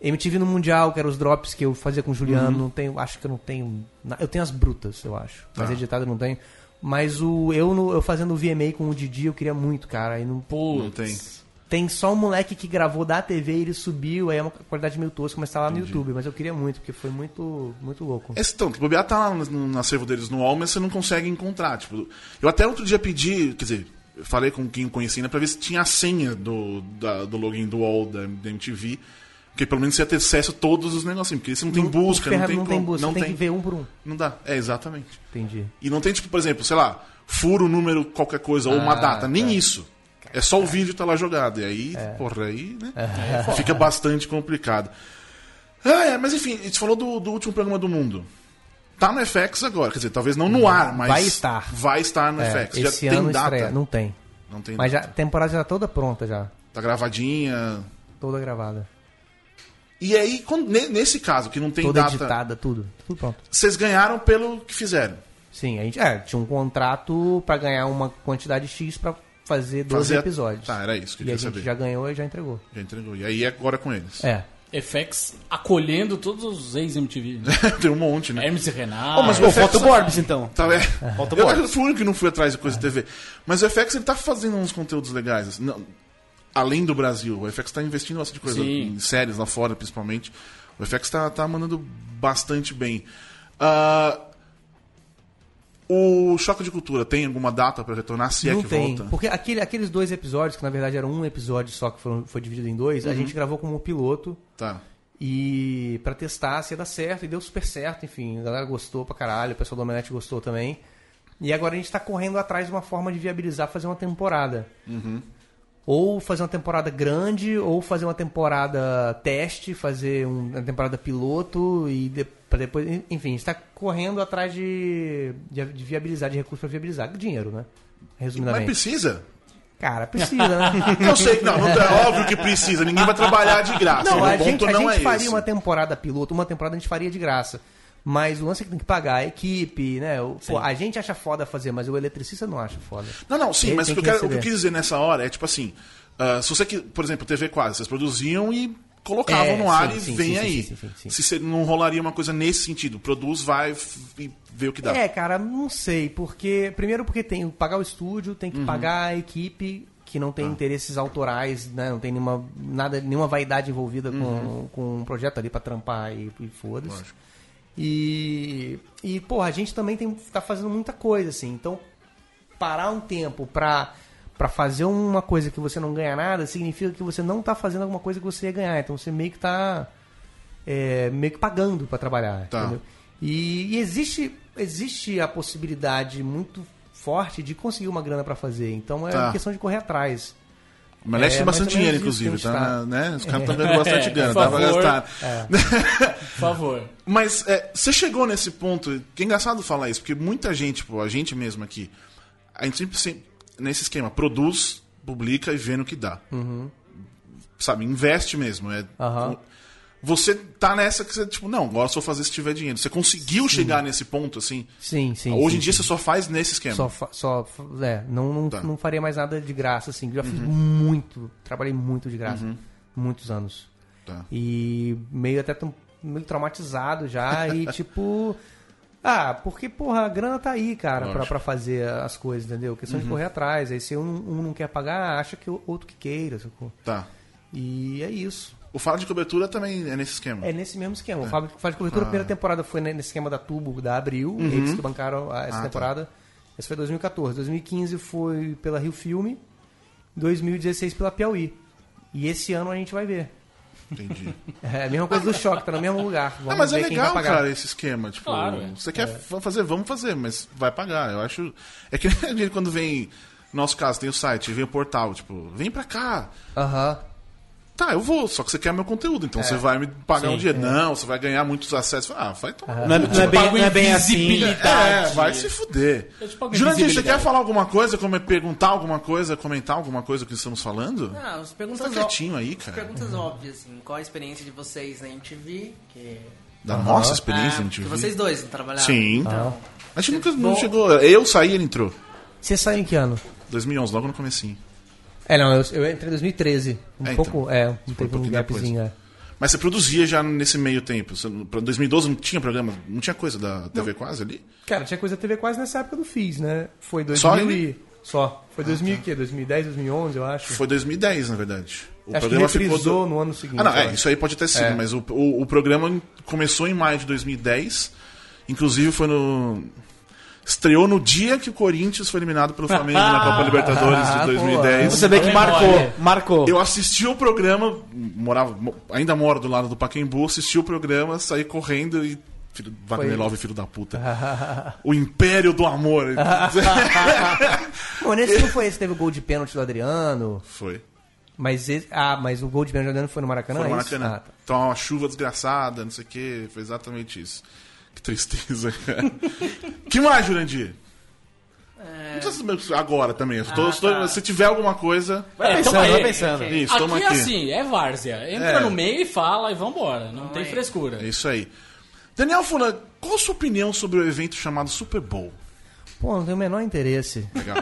[SPEAKER 6] MTV no Mundial, que eram os drops que eu fazia com o Juliano,
[SPEAKER 3] Uhum.
[SPEAKER 6] não tenho, acho que eu não tenho. na- Eu tenho as brutas, eu acho. Mas
[SPEAKER 3] Tá.
[SPEAKER 6] editado eu não tenho. Mas o eu, no- eu fazendo o VMA com o Didi, eu queria muito, cara. E não,
[SPEAKER 5] Pô,
[SPEAKER 3] Não tem.
[SPEAKER 6] tem só um moleque que gravou da TV e ele subiu, aí é uma qualidade meio tosca, mas tá lá no YouTube. Mas eu queria muito, porque foi muito, muito louco.
[SPEAKER 3] Esse tanto, o bobear tá lá no, no acervo deles no UOL, mas você não consegue encontrar. Tipo, eu até outro dia pedi, quer dizer, eu falei com quem eu conheci ainda pra ver se tinha a senha do, da- do login do UOL da, da MTV. Porque pelo menos você ia ter acesso a todos os negocinhos, porque você não tem é busca, não,
[SPEAKER 6] ferra-
[SPEAKER 3] tem,
[SPEAKER 6] não
[SPEAKER 3] como-
[SPEAKER 6] tem busca,
[SPEAKER 3] não
[SPEAKER 6] tem,
[SPEAKER 3] tem.
[SPEAKER 6] que ver um por um.
[SPEAKER 3] Não dá. É, exatamente.
[SPEAKER 6] Entendi.
[SPEAKER 3] E não tem, tipo, por exemplo, sei lá, furo, número, qualquer coisa, ou uma
[SPEAKER 6] Ah,
[SPEAKER 3] data. Nem isso. É só o vídeo tá lá jogado. E aí,
[SPEAKER 6] É.
[SPEAKER 3] porra, aí, né? <laughs> Fica bastante complicado. Ah, é, mas enfim, a gente falou do, do último programa do mundo. Tá no FX agora, quer dizer, talvez não no ar, mas.
[SPEAKER 6] Vai estar.
[SPEAKER 3] Vai estar no
[SPEAKER 6] É,
[SPEAKER 3] FX.
[SPEAKER 6] esse
[SPEAKER 3] já tem
[SPEAKER 6] ano
[SPEAKER 3] data.
[SPEAKER 6] estreia. Não tem.
[SPEAKER 3] Não tem
[SPEAKER 6] Mas já,
[SPEAKER 3] data.
[SPEAKER 6] a temporada já tá toda pronta já.
[SPEAKER 3] Tá gravadinha.
[SPEAKER 6] Toda gravada.
[SPEAKER 3] E aí, quando- ne- nesse caso, que não tem
[SPEAKER 6] toda
[SPEAKER 3] data,
[SPEAKER 6] editada, tudo. Tudo pronto.
[SPEAKER 3] vocês ganharam pelo que fizeram.
[SPEAKER 6] Sim, a gente é, tinha um contrato pra ganhar uma quantidade X pra fazer 12
[SPEAKER 3] Fazer a-
[SPEAKER 6] episódios.
[SPEAKER 3] Tá, era isso que eu
[SPEAKER 6] e a
[SPEAKER 3] queria
[SPEAKER 6] gente
[SPEAKER 3] saber.
[SPEAKER 6] já ganhou e já entregou.
[SPEAKER 3] Já entregou. E aí, agora com eles.
[SPEAKER 6] É.
[SPEAKER 5] FX acolhendo todos os ex-MTV.
[SPEAKER 3] <laughs>
[SPEAKER 5] né?
[SPEAKER 3] <laughs> tem um monte, né?
[SPEAKER 5] Hermes e Renato.
[SPEAKER 3] Oh, mas
[SPEAKER 4] Pô,
[SPEAKER 3] o FX
[SPEAKER 4] falta o Borbs, então.
[SPEAKER 3] Tá, é.
[SPEAKER 4] Volta
[SPEAKER 3] Eu
[SPEAKER 4] boa.
[SPEAKER 3] acho que fui o único que não fui atrás de coisa
[SPEAKER 6] É.
[SPEAKER 3] de TV. Mas o FX ele tá fazendo uns conteúdos legais. assim, não- além do Brasil. O FX tá investindo bastante coisa
[SPEAKER 5] Sim.
[SPEAKER 3] em séries lá fora, principalmente. O FX tá, tá mandando bastante bem. Ah, o Choque de Cultura tem alguma data pra retornar? Se é
[SPEAKER 6] não
[SPEAKER 3] que
[SPEAKER 6] tem.
[SPEAKER 3] volta?
[SPEAKER 6] Porque aquele- aqueles dois episódios, que na verdade era um episódio só que foram- foi dividido em dois,
[SPEAKER 3] Uhum.
[SPEAKER 6] a gente gravou como um piloto
[SPEAKER 3] Tá.
[SPEAKER 6] e pra testar se ia dar certo e deu super certo, enfim, a galera gostou pra caralho, o pessoal do Omelete gostou também. E agora a gente tá correndo atrás de uma forma de viabilizar fazer uma temporada.
[SPEAKER 3] Uhum.
[SPEAKER 6] Ou fazer uma temporada grande, ou fazer uma temporada teste, fazer um- uma temporada piloto e de, pra depois. Enfim, a gente tá correndo atrás de, de, de viabilizar, de recursos pra viabilizar. Dinheiro, né?
[SPEAKER 3] Mas
[SPEAKER 6] Resumidamente.
[SPEAKER 3] precisa?
[SPEAKER 6] Cara, precisa, né?
[SPEAKER 3] <laughs> Eu sei que não, não é óbvio que precisa. Ninguém vai trabalhar de graça.
[SPEAKER 6] Não,
[SPEAKER 3] o
[SPEAKER 6] a
[SPEAKER 3] ponto
[SPEAKER 6] gente, a
[SPEAKER 3] não é
[SPEAKER 6] gente faria
[SPEAKER 3] esse.
[SPEAKER 6] uma temporada piloto, uma temporada a gente faria de graça. Mas o lance é que tem que pagar a equipe, né? O- pô, a gente acha foda fazer, mas o eletricista não acha foda.
[SPEAKER 3] Não, não, sim,
[SPEAKER 6] Ele
[SPEAKER 3] mas o
[SPEAKER 6] tem
[SPEAKER 3] que, eu
[SPEAKER 6] que
[SPEAKER 3] quero- o que eu
[SPEAKER 6] receber.
[SPEAKER 3] quis dizer nessa hora é tipo assim: ah, se você, que, por exemplo, TV Quase, vocês produziam e colocavam
[SPEAKER 6] É,
[SPEAKER 3] no ar
[SPEAKER 6] sim,
[SPEAKER 3] e
[SPEAKER 6] sim,
[SPEAKER 3] vem
[SPEAKER 6] sim, sim,
[SPEAKER 3] aí.
[SPEAKER 6] sim, sim, sim.
[SPEAKER 3] Se você não rolaria uma coisa nesse sentido, produz, vai f- e vê o que dá.
[SPEAKER 6] É, cara, não sei, porque. Primeiro porque tem que pagar o estúdio, tem que
[SPEAKER 3] Uhum.
[SPEAKER 6] pagar a equipe que não
[SPEAKER 3] Ah.
[SPEAKER 6] tem interesses autorais, né? Não tem nenhuma, nada, nenhuma vaidade envolvida
[SPEAKER 3] Uhum.
[SPEAKER 6] com, com um projeto ali pra trampar e, e foda-se. E, e, porra, a gente também tem, tá fazendo muita coisa, assim. Então, parar um tempo pra, pra fazer uma coisa que você não ganha nada, significa que você não tá fazendo alguma coisa que você ia ganhar. Então, você meio que tá é, meio que pagando pra trabalhar.
[SPEAKER 3] Tá.
[SPEAKER 6] entendeu? E, e existe, existe a possibilidade muito forte de conseguir uma grana pra fazer. Então, é
[SPEAKER 3] Tá.
[SPEAKER 6] uma questão de correr atrás.
[SPEAKER 3] Mas Leste
[SPEAKER 6] É,
[SPEAKER 3] tem bastante
[SPEAKER 6] mais ou menos
[SPEAKER 3] dinheiro,
[SPEAKER 6] isso que a
[SPEAKER 3] inclusive,
[SPEAKER 6] gente
[SPEAKER 3] tá?
[SPEAKER 6] tá.
[SPEAKER 3] Né? Os caras estão ganhando bastante
[SPEAKER 5] É,
[SPEAKER 3] grana,
[SPEAKER 5] por
[SPEAKER 3] dá pra
[SPEAKER 5] favor.
[SPEAKER 3] gastar.
[SPEAKER 6] É.
[SPEAKER 5] Por favor.
[SPEAKER 3] Mas é, você chegou nesse ponto, que é engraçado falar isso, porque muita gente, tipo, a gente mesmo aqui, a gente sempre, sempre nesse esquema, produz, publica e vê no que dá. Sabe, investe mesmo. É,
[SPEAKER 6] Uhum. Aham.
[SPEAKER 3] Você tá nessa que você, tipo, não, agora só vou fazer se tiver dinheiro. Você conseguiu chegar nesse ponto, assim.
[SPEAKER 6] Sim, sim.
[SPEAKER 3] Hoje
[SPEAKER 6] sim,
[SPEAKER 3] em dia
[SPEAKER 6] sim.
[SPEAKER 3] você só faz nesse esquema.
[SPEAKER 6] Só, fa- só fa- é, não, não,
[SPEAKER 3] Tá. Uhum.
[SPEAKER 6] não faria mais nada de graça, assim. Já fiz muito, trabalhei muito de graça. Muitos anos.
[SPEAKER 3] Tá.
[SPEAKER 6] E meio até tão, meio traumatizado já.
[SPEAKER 3] <laughs>
[SPEAKER 6] e tipo. Ah, porque, porra, a grana tá aí, cara, pra,
[SPEAKER 3] Lógico. Uhum.
[SPEAKER 6] pra fazer as coisas, entendeu? Questão de correr atrás. Aí se um, um não quer pagar, acha que o outro que queira, sacou?
[SPEAKER 3] Tá.
[SPEAKER 6] E é isso.
[SPEAKER 3] O Fala de Cobertura também é nesse esquema.
[SPEAKER 6] É nesse mesmo esquema. O Fábio faz cobertura.
[SPEAKER 3] Ah.
[SPEAKER 6] A primeira temporada foi ne- nesse esquema da Tubo, da Abril. Eles que bancaram a- essa
[SPEAKER 3] Uhum. Ah, tá.
[SPEAKER 6] temporada. Essa foi 2014. 2015 foi pela Rio Filme. 2016 pela Piauí. E esse ano a gente vai ver. <laughs>
[SPEAKER 3] Entendi.
[SPEAKER 6] É a mesma coisa do choque, tá no mesmo lugar. Vamos
[SPEAKER 3] ah, mas é
[SPEAKER 6] ver quem tá vai
[SPEAKER 3] legal,
[SPEAKER 6] pagar.
[SPEAKER 3] cara, esse esquema. Tipo,
[SPEAKER 5] Claro, é.
[SPEAKER 3] você quer fa- fazer, vamos fazer, mas vai pagar. Eu acho. É que <laughs> nem quando vem. No nosso caso, tem o site, vem o portal, tipo, vem pra cá.
[SPEAKER 6] Aham.
[SPEAKER 3] Tá, eu vou, só que você quer meu conteúdo, então você vai me pagar
[SPEAKER 5] Sim,
[SPEAKER 3] um dinheiro. Não, você vai ganhar muitos acessos. Ah, vai tomar.
[SPEAKER 4] Não é, não é bem,
[SPEAKER 5] Pago
[SPEAKER 4] não é bem assim.
[SPEAKER 5] invisibilidade.
[SPEAKER 3] É, vai se fuder.
[SPEAKER 5] Eu te pago
[SPEAKER 3] Jurandir, você quer
[SPEAKER 5] invisibilidade.
[SPEAKER 3] falar alguma coisa, como é perguntar alguma coisa, comentar alguma coisa que estamos falando?
[SPEAKER 7] Ah, as
[SPEAKER 3] Você tá
[SPEAKER 7] perguntas, ó-
[SPEAKER 3] quietinho aí,
[SPEAKER 7] as
[SPEAKER 3] cara.
[SPEAKER 7] perguntas óbvias, assim. Qual a experiência de vocês na MTV? Que...
[SPEAKER 3] Da nossa
[SPEAKER 7] Ah,
[SPEAKER 3] experiência, a gente
[SPEAKER 7] porque
[SPEAKER 3] viu.
[SPEAKER 7] vocês dois não trabalharam.
[SPEAKER 3] Sim.
[SPEAKER 7] Então,
[SPEAKER 3] A gente nunca não
[SPEAKER 7] Bom.
[SPEAKER 3] chegou. Eu saí, ele entrou.
[SPEAKER 6] Você saiu em que ano?
[SPEAKER 3] 2011, logo no comecinho.
[SPEAKER 6] É, não, eu, eu entrei em 2013. Um
[SPEAKER 3] É, então.
[SPEAKER 6] pouco, é, um, teve um
[SPEAKER 3] pouquinho
[SPEAKER 6] gapzinho. é.
[SPEAKER 3] Mas você produzia já nesse meio tempo. Você, pra 2012 não tinha programa, não tinha coisa da TV quase ali?
[SPEAKER 6] Cara, tinha coisa da TV quase nessa época eu não fiz, né? Foi 2000
[SPEAKER 3] Só Ah, tá.
[SPEAKER 6] e... Só. Foi 2000 e quê? 2010, 2011, eu acho.
[SPEAKER 3] Foi 2010, na verdade. O é
[SPEAKER 6] acho que reprisou no ano seguinte.
[SPEAKER 3] Ah, não,
[SPEAKER 6] eu
[SPEAKER 3] é,
[SPEAKER 6] acho.
[SPEAKER 3] isso aí pode ter sido,
[SPEAKER 6] É.
[SPEAKER 3] mas o, o, o programa começou em maio de 2010. Inclusive foi no. Estreou no dia que o Corinthians foi eliminado pelo Flamengo na
[SPEAKER 6] <laughs>
[SPEAKER 3] Copa Libertadores
[SPEAKER 6] Ah,
[SPEAKER 3] de
[SPEAKER 6] pô.
[SPEAKER 3] 2010.
[SPEAKER 4] Você vê que marcou, marcou.
[SPEAKER 3] Eu assisti o programa, morava, mo- ainda moro do lado do Pacaembu, assisti o programa, saí correndo e. Filho, Wagner Love, filho da puta.
[SPEAKER 6] <laughs>
[SPEAKER 3] o Império do Amor. <laughs>
[SPEAKER 6] Bom, nesse não foi esse, teve o gol de pênalti do Adriano.
[SPEAKER 3] foi.
[SPEAKER 6] Mas esse- Ah, mas o gol de pênalti do Adriano foi no Maracanã?
[SPEAKER 3] Foi no
[SPEAKER 6] é isso?
[SPEAKER 3] Maracanã.
[SPEAKER 6] Ah, tá.
[SPEAKER 3] Então, uma chuva desgraçada, não sei o quê. Foi exatamente isso. Que
[SPEAKER 6] <laughs>
[SPEAKER 3] tristeza, cara. que mais, Jurandir? Não precisa saber agora também. Eu tô-
[SPEAKER 7] Ah,
[SPEAKER 3] estou-
[SPEAKER 7] tá.
[SPEAKER 3] Se tiver alguma coisa. tá
[SPEAKER 4] Vai pensando,
[SPEAKER 5] Então,
[SPEAKER 4] vai
[SPEAKER 5] é-
[SPEAKER 4] pensando.
[SPEAKER 3] Isso,
[SPEAKER 5] aqui
[SPEAKER 3] toma
[SPEAKER 5] é
[SPEAKER 3] aqui.
[SPEAKER 5] assim, é várzea. Entra
[SPEAKER 3] É.
[SPEAKER 5] no meio e fala e vambora. Não, tem
[SPEAKER 7] é.
[SPEAKER 5] frescura.
[SPEAKER 3] É isso aí. Daniel Fulano, qual a sua opinião sobre o evento chamado Super Bowl?
[SPEAKER 6] Pô, não tenho o menor interesse.
[SPEAKER 3] Legal.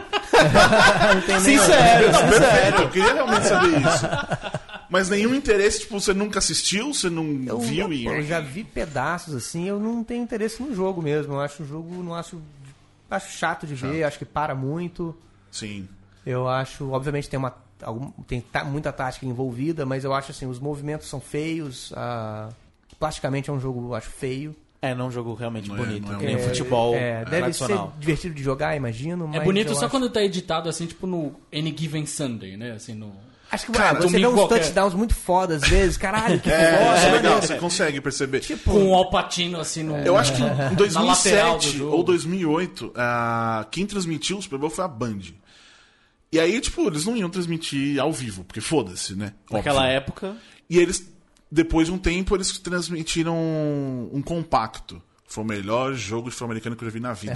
[SPEAKER 4] Sincero, sincero.
[SPEAKER 3] Eu queria realmente saber isso. Mas nenhum interesse, tipo, você nunca assistiu, você não
[SPEAKER 6] Eu,
[SPEAKER 3] viu
[SPEAKER 6] eu,
[SPEAKER 3] e.
[SPEAKER 6] pô, eu já vi pedaços assim, eu não tenho interesse no jogo mesmo. Eu acho o jogo, não acho. Acho chato de ver, acho que para muito.
[SPEAKER 3] Sim.
[SPEAKER 6] Eu acho, obviamente tem uma algum- tem tá, muita tática envolvida, mas eu acho assim, os movimentos são feios, ah, plasticamente é um jogo, eu acho feio.
[SPEAKER 4] É, não é um jogo realmente
[SPEAKER 3] Não é-
[SPEAKER 4] bonito,
[SPEAKER 3] não é
[SPEAKER 4] que
[SPEAKER 3] um
[SPEAKER 4] nem o
[SPEAKER 3] jogo-
[SPEAKER 4] futebol
[SPEAKER 6] é, deve ser
[SPEAKER 4] tradicional.
[SPEAKER 6] divertido de jogar, imagino,
[SPEAKER 5] É
[SPEAKER 6] mas
[SPEAKER 5] bonito
[SPEAKER 6] eu
[SPEAKER 5] só
[SPEAKER 6] acho-
[SPEAKER 5] quando tá editado assim, tipo no Any Given Sunday, né? Assim, no...
[SPEAKER 6] Acho que
[SPEAKER 3] Cara,
[SPEAKER 6] mano, você vê
[SPEAKER 5] domingo
[SPEAKER 6] uns
[SPEAKER 5] qualquer.
[SPEAKER 6] touchdowns muito foda às vezes, caralho,
[SPEAKER 3] <laughs>
[SPEAKER 6] que
[SPEAKER 3] É, isso é
[SPEAKER 6] foda.
[SPEAKER 3] legal, você consegue perceber.
[SPEAKER 6] Tipo,
[SPEAKER 5] Com o Alpatino assim no.
[SPEAKER 3] Eu acho que em
[SPEAKER 5] lateral do
[SPEAKER 3] 2007
[SPEAKER 5] jogo.
[SPEAKER 3] ou 2008, ah, quem transmitiu o Super Bowl foi a Band. E aí, tipo, eles não iam transmitir ao vivo, porque foda-se, né?
[SPEAKER 4] Naquela
[SPEAKER 3] Óbvio.
[SPEAKER 4] época,
[SPEAKER 3] E eles, depois de um tempo, eles transmitiram um, um compacto. Foi o melhor jogo de futebol americano que eu já vi na vida.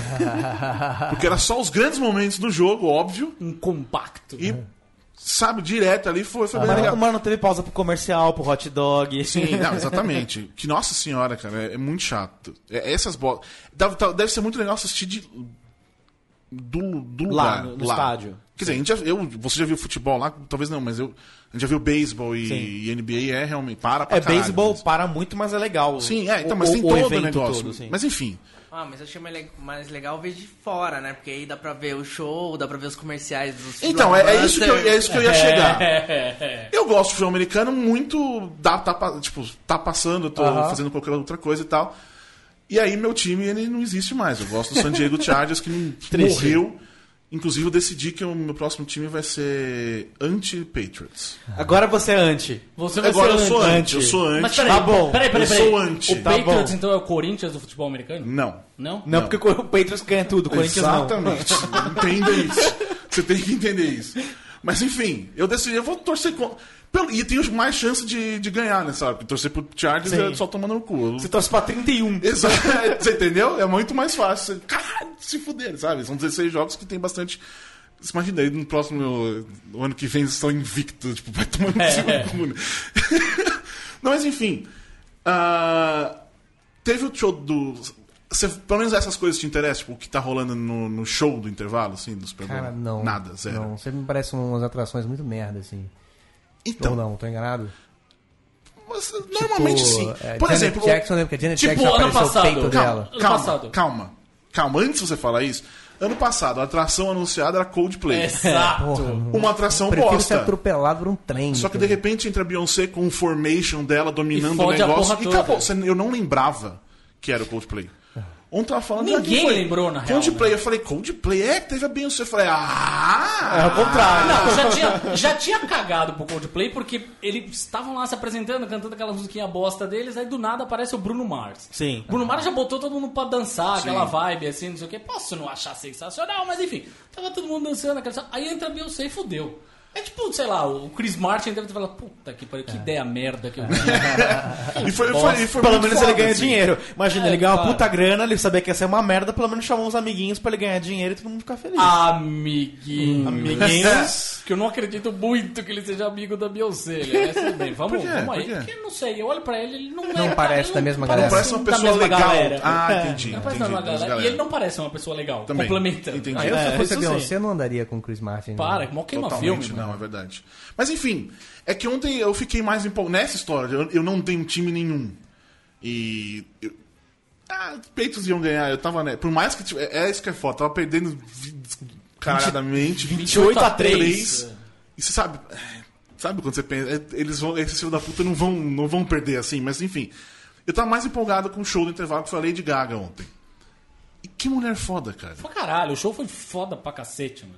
[SPEAKER 3] porque era só os grandes momentos do jogo, óbvio,
[SPEAKER 5] Um compacto.
[SPEAKER 3] e, sabe, direto ali foi, foi bem
[SPEAKER 4] Ah, mas,
[SPEAKER 3] legal.
[SPEAKER 4] mas não teve pausa pro comercial, pro hot dog. <laughs>
[SPEAKER 3] Sim, não, exatamente. Que, nossa senhora, cara, é, é muito chato. É- essas bolas. Deve, tá- deve ser muito legal assistir de- do, do
[SPEAKER 4] Lá,
[SPEAKER 3] lugar.
[SPEAKER 4] no- no estádio.
[SPEAKER 3] Quer dizer, a gente já- eu, você já viu futebol lá? Talvez não, mas eu, a gente já viu beisebol
[SPEAKER 4] Sim.
[SPEAKER 3] e, e NBA é realmente. Para pra
[SPEAKER 4] É,
[SPEAKER 3] caralho,
[SPEAKER 4] beisebol
[SPEAKER 3] mas-
[SPEAKER 4] para muito, mas é legal.
[SPEAKER 3] Sim, é, então,
[SPEAKER 4] O-
[SPEAKER 3] mas
[SPEAKER 4] o-
[SPEAKER 3] tem
[SPEAKER 4] o
[SPEAKER 3] todo o
[SPEAKER 4] evento
[SPEAKER 3] negócio.
[SPEAKER 4] todo, sim.
[SPEAKER 3] Mas enfim.
[SPEAKER 7] Ah, mas eu achei mais, le- mais legal ver de fora, né? Porque aí dá pra ver o show, dá pra ver os comerciais dos
[SPEAKER 3] Então, é, é isso que eu, é isso que eu ia
[SPEAKER 4] <laughs>
[SPEAKER 3] chegar.
[SPEAKER 5] É.
[SPEAKER 3] Eu gosto de futebol americano muito. Dá, tá, pa- tipo, tá passando, eu tô
[SPEAKER 6] Aham.
[SPEAKER 3] fazendo qualquer outra coisa e tal. E aí meu time, ele não existe mais. Eu gosto do San
[SPEAKER 4] <laughs>
[SPEAKER 3] Diego Chargers, que não- morreu. Inclusive, eu decidi que o meu próximo time vai ser anti-Patriots.
[SPEAKER 4] Agora você é anti.
[SPEAKER 5] Você vai
[SPEAKER 3] Agora eu
[SPEAKER 5] ser
[SPEAKER 3] sou
[SPEAKER 5] anti.
[SPEAKER 3] anti, eu sou anti.
[SPEAKER 5] Mas peraí,
[SPEAKER 4] Tá bom.
[SPEAKER 5] peraí, peraí,
[SPEAKER 3] Eu
[SPEAKER 5] peraí.
[SPEAKER 3] sou anti.
[SPEAKER 5] O
[SPEAKER 4] Tá
[SPEAKER 5] Patriots,
[SPEAKER 4] bom.
[SPEAKER 5] então, é o Corinthians do futebol americano?
[SPEAKER 3] Não.
[SPEAKER 5] Não?
[SPEAKER 4] Não,
[SPEAKER 3] Não.
[SPEAKER 4] porque o Patriots ganha tudo, o Corinthians não. <laughs>
[SPEAKER 3] Exatamente. Entenda isso. Você tem que entender isso. Mas enfim, eu decidi, eu vou torcer contra. Pelo- E tenho mais chance de, de ganhar, né, sabe? Porque torcer pro Chargers
[SPEAKER 4] Sim.
[SPEAKER 3] é só tomando no cu. Eu-
[SPEAKER 4] Você torce pra 31.
[SPEAKER 3] Exato. Você entendeu? É muito mais fácil. Você- Caralho, se fuder, sabe? São 16 jogos que tem bastante Você Imagina aí, no próximo no ano que vem eles estão invictos, tipo, vai tomando
[SPEAKER 5] É,
[SPEAKER 3] é,
[SPEAKER 5] é.
[SPEAKER 3] cu. né? <laughs> Não, mas enfim. ah, teve o show do. Você, pelo menos essas coisas te interessam, tipo, o que tá rolando no, no show do intervalo, assim, dos
[SPEAKER 6] Cara,
[SPEAKER 3] programas?
[SPEAKER 6] não.
[SPEAKER 3] Nada, zero.
[SPEAKER 6] Não, sempre me parecem umas atrações muito merda, assim.
[SPEAKER 3] Então,
[SPEAKER 6] Ou não, tô enganado?
[SPEAKER 3] você- normalmente
[SPEAKER 6] Tipo,
[SPEAKER 3] sim.
[SPEAKER 6] é,
[SPEAKER 3] Por
[SPEAKER 6] Janet
[SPEAKER 3] exemplo,
[SPEAKER 6] Jackson, né? Porque a Janet
[SPEAKER 5] tipo,
[SPEAKER 6] Jackson
[SPEAKER 5] ano
[SPEAKER 6] apareceu
[SPEAKER 5] passado.
[SPEAKER 6] o peito
[SPEAKER 5] Calma.
[SPEAKER 6] dela.
[SPEAKER 5] Ano
[SPEAKER 3] calma,
[SPEAKER 5] passado.
[SPEAKER 3] calma, calma. Antes de você falar isso, ano passado a atração anunciada era Coldplay.
[SPEAKER 5] É, Exato.
[SPEAKER 6] Porra, não.
[SPEAKER 3] Uma atração
[SPEAKER 6] Prefiro
[SPEAKER 3] bosta.
[SPEAKER 6] ser atropelado por um trem.
[SPEAKER 3] Só que de repente entra a Beyoncé com o formation dela
[SPEAKER 5] E
[SPEAKER 3] dominando o
[SPEAKER 5] fode a
[SPEAKER 3] negócio.
[SPEAKER 5] porra
[SPEAKER 3] E
[SPEAKER 5] toda.
[SPEAKER 3] acabou. Você- Eu não lembrava que era o Coldplay. Ontem tava falando.
[SPEAKER 5] Ninguém
[SPEAKER 3] ah, quem foi?
[SPEAKER 5] lembrou, na real, né?
[SPEAKER 3] Coldplay. Eu falei, Coldplay? É, que teve a Beyoncé. Eu falei, ah!
[SPEAKER 4] É o contrário.
[SPEAKER 5] Não, já tinha, já tinha cagado pro Coldplay, porque eles estavam lá se apresentando, cantando aquela musiquinha bosta deles, aí do nada aparece o Bruno Mars.
[SPEAKER 4] Sim.
[SPEAKER 5] Bruno Mars já botou todo mundo pra dançar, aquela vibe assim, não sei o que. Posso não achar sensacional, mas enfim. Tava todo mundo dançando, aquela... aí entra a Beyoncé e fudeu. É tipo, sei lá, o Chris Martin deve ter falado, puta que pariu, que ideia merda que eu tive.
[SPEAKER 3] E foi, foi, e foi
[SPEAKER 4] Pelo
[SPEAKER 3] muito
[SPEAKER 4] menos
[SPEAKER 3] foda,
[SPEAKER 4] ele ganha
[SPEAKER 3] assim.
[SPEAKER 4] dinheiro. Imagina,
[SPEAKER 5] É,
[SPEAKER 4] ele ganha uma
[SPEAKER 5] claro.
[SPEAKER 4] puta grana, ele sabia que ia ser uma merda, pelo menos chamou uns amiguinhos pra ele ganhar dinheiro e todo mundo ficar feliz.
[SPEAKER 5] Amiguinho.
[SPEAKER 4] Amiguinhos.
[SPEAKER 5] <laughs> Que eu não acredito muito que ele seja amigo da Beyoncé. né? Mas tudo bem, vamos,
[SPEAKER 3] Por quê?
[SPEAKER 5] vamos aí.
[SPEAKER 3] Por quê?
[SPEAKER 5] porque eu não sei, eu olho pra ele, ele não é.
[SPEAKER 6] Não parece
[SPEAKER 5] ele
[SPEAKER 6] da mesma
[SPEAKER 3] Não
[SPEAKER 6] galera.
[SPEAKER 3] parece uma
[SPEAKER 5] da
[SPEAKER 3] pessoa
[SPEAKER 5] tá mesma
[SPEAKER 3] legal.
[SPEAKER 5] galera.
[SPEAKER 3] Ah,
[SPEAKER 4] É.
[SPEAKER 3] entendi.
[SPEAKER 5] Não parece
[SPEAKER 3] entendi,
[SPEAKER 5] da mesma
[SPEAKER 3] entendi,
[SPEAKER 5] galera. E ele não parece uma pessoa legal.
[SPEAKER 3] Também.
[SPEAKER 5] Complementando.
[SPEAKER 3] Entendi.
[SPEAKER 6] Eu, se
[SPEAKER 4] É,
[SPEAKER 6] eu fosse
[SPEAKER 4] isso
[SPEAKER 6] a
[SPEAKER 4] sim.
[SPEAKER 6] Beyoncé, não andaria com o Chris Martin. né? não.
[SPEAKER 5] Para, mó queima
[SPEAKER 3] Totalmente
[SPEAKER 5] filme.
[SPEAKER 3] não,
[SPEAKER 5] mano.
[SPEAKER 3] é verdade. Mas enfim, é que ontem eu fiquei mais empolgado. Nessa história, eu, eu não tenho time nenhum. E. eu- ah, os peitos iam ganhar, eu tava, né? Por mais que. tipo, é, é isso que é foda, tava perdendo vi- caralhamente.
[SPEAKER 4] 28 a 3.
[SPEAKER 3] três. E você sabe. é, Sabe quando você pensa. é, Eles vão. Esses filhos da puta não vão, não vão perder assim, mas enfim. Eu tava mais empolgado com o show do intervalo que foi a Lady Gaga ontem. E que mulher foda, cara.
[SPEAKER 5] Pra caralho, o show foi foda pra cacete, mano.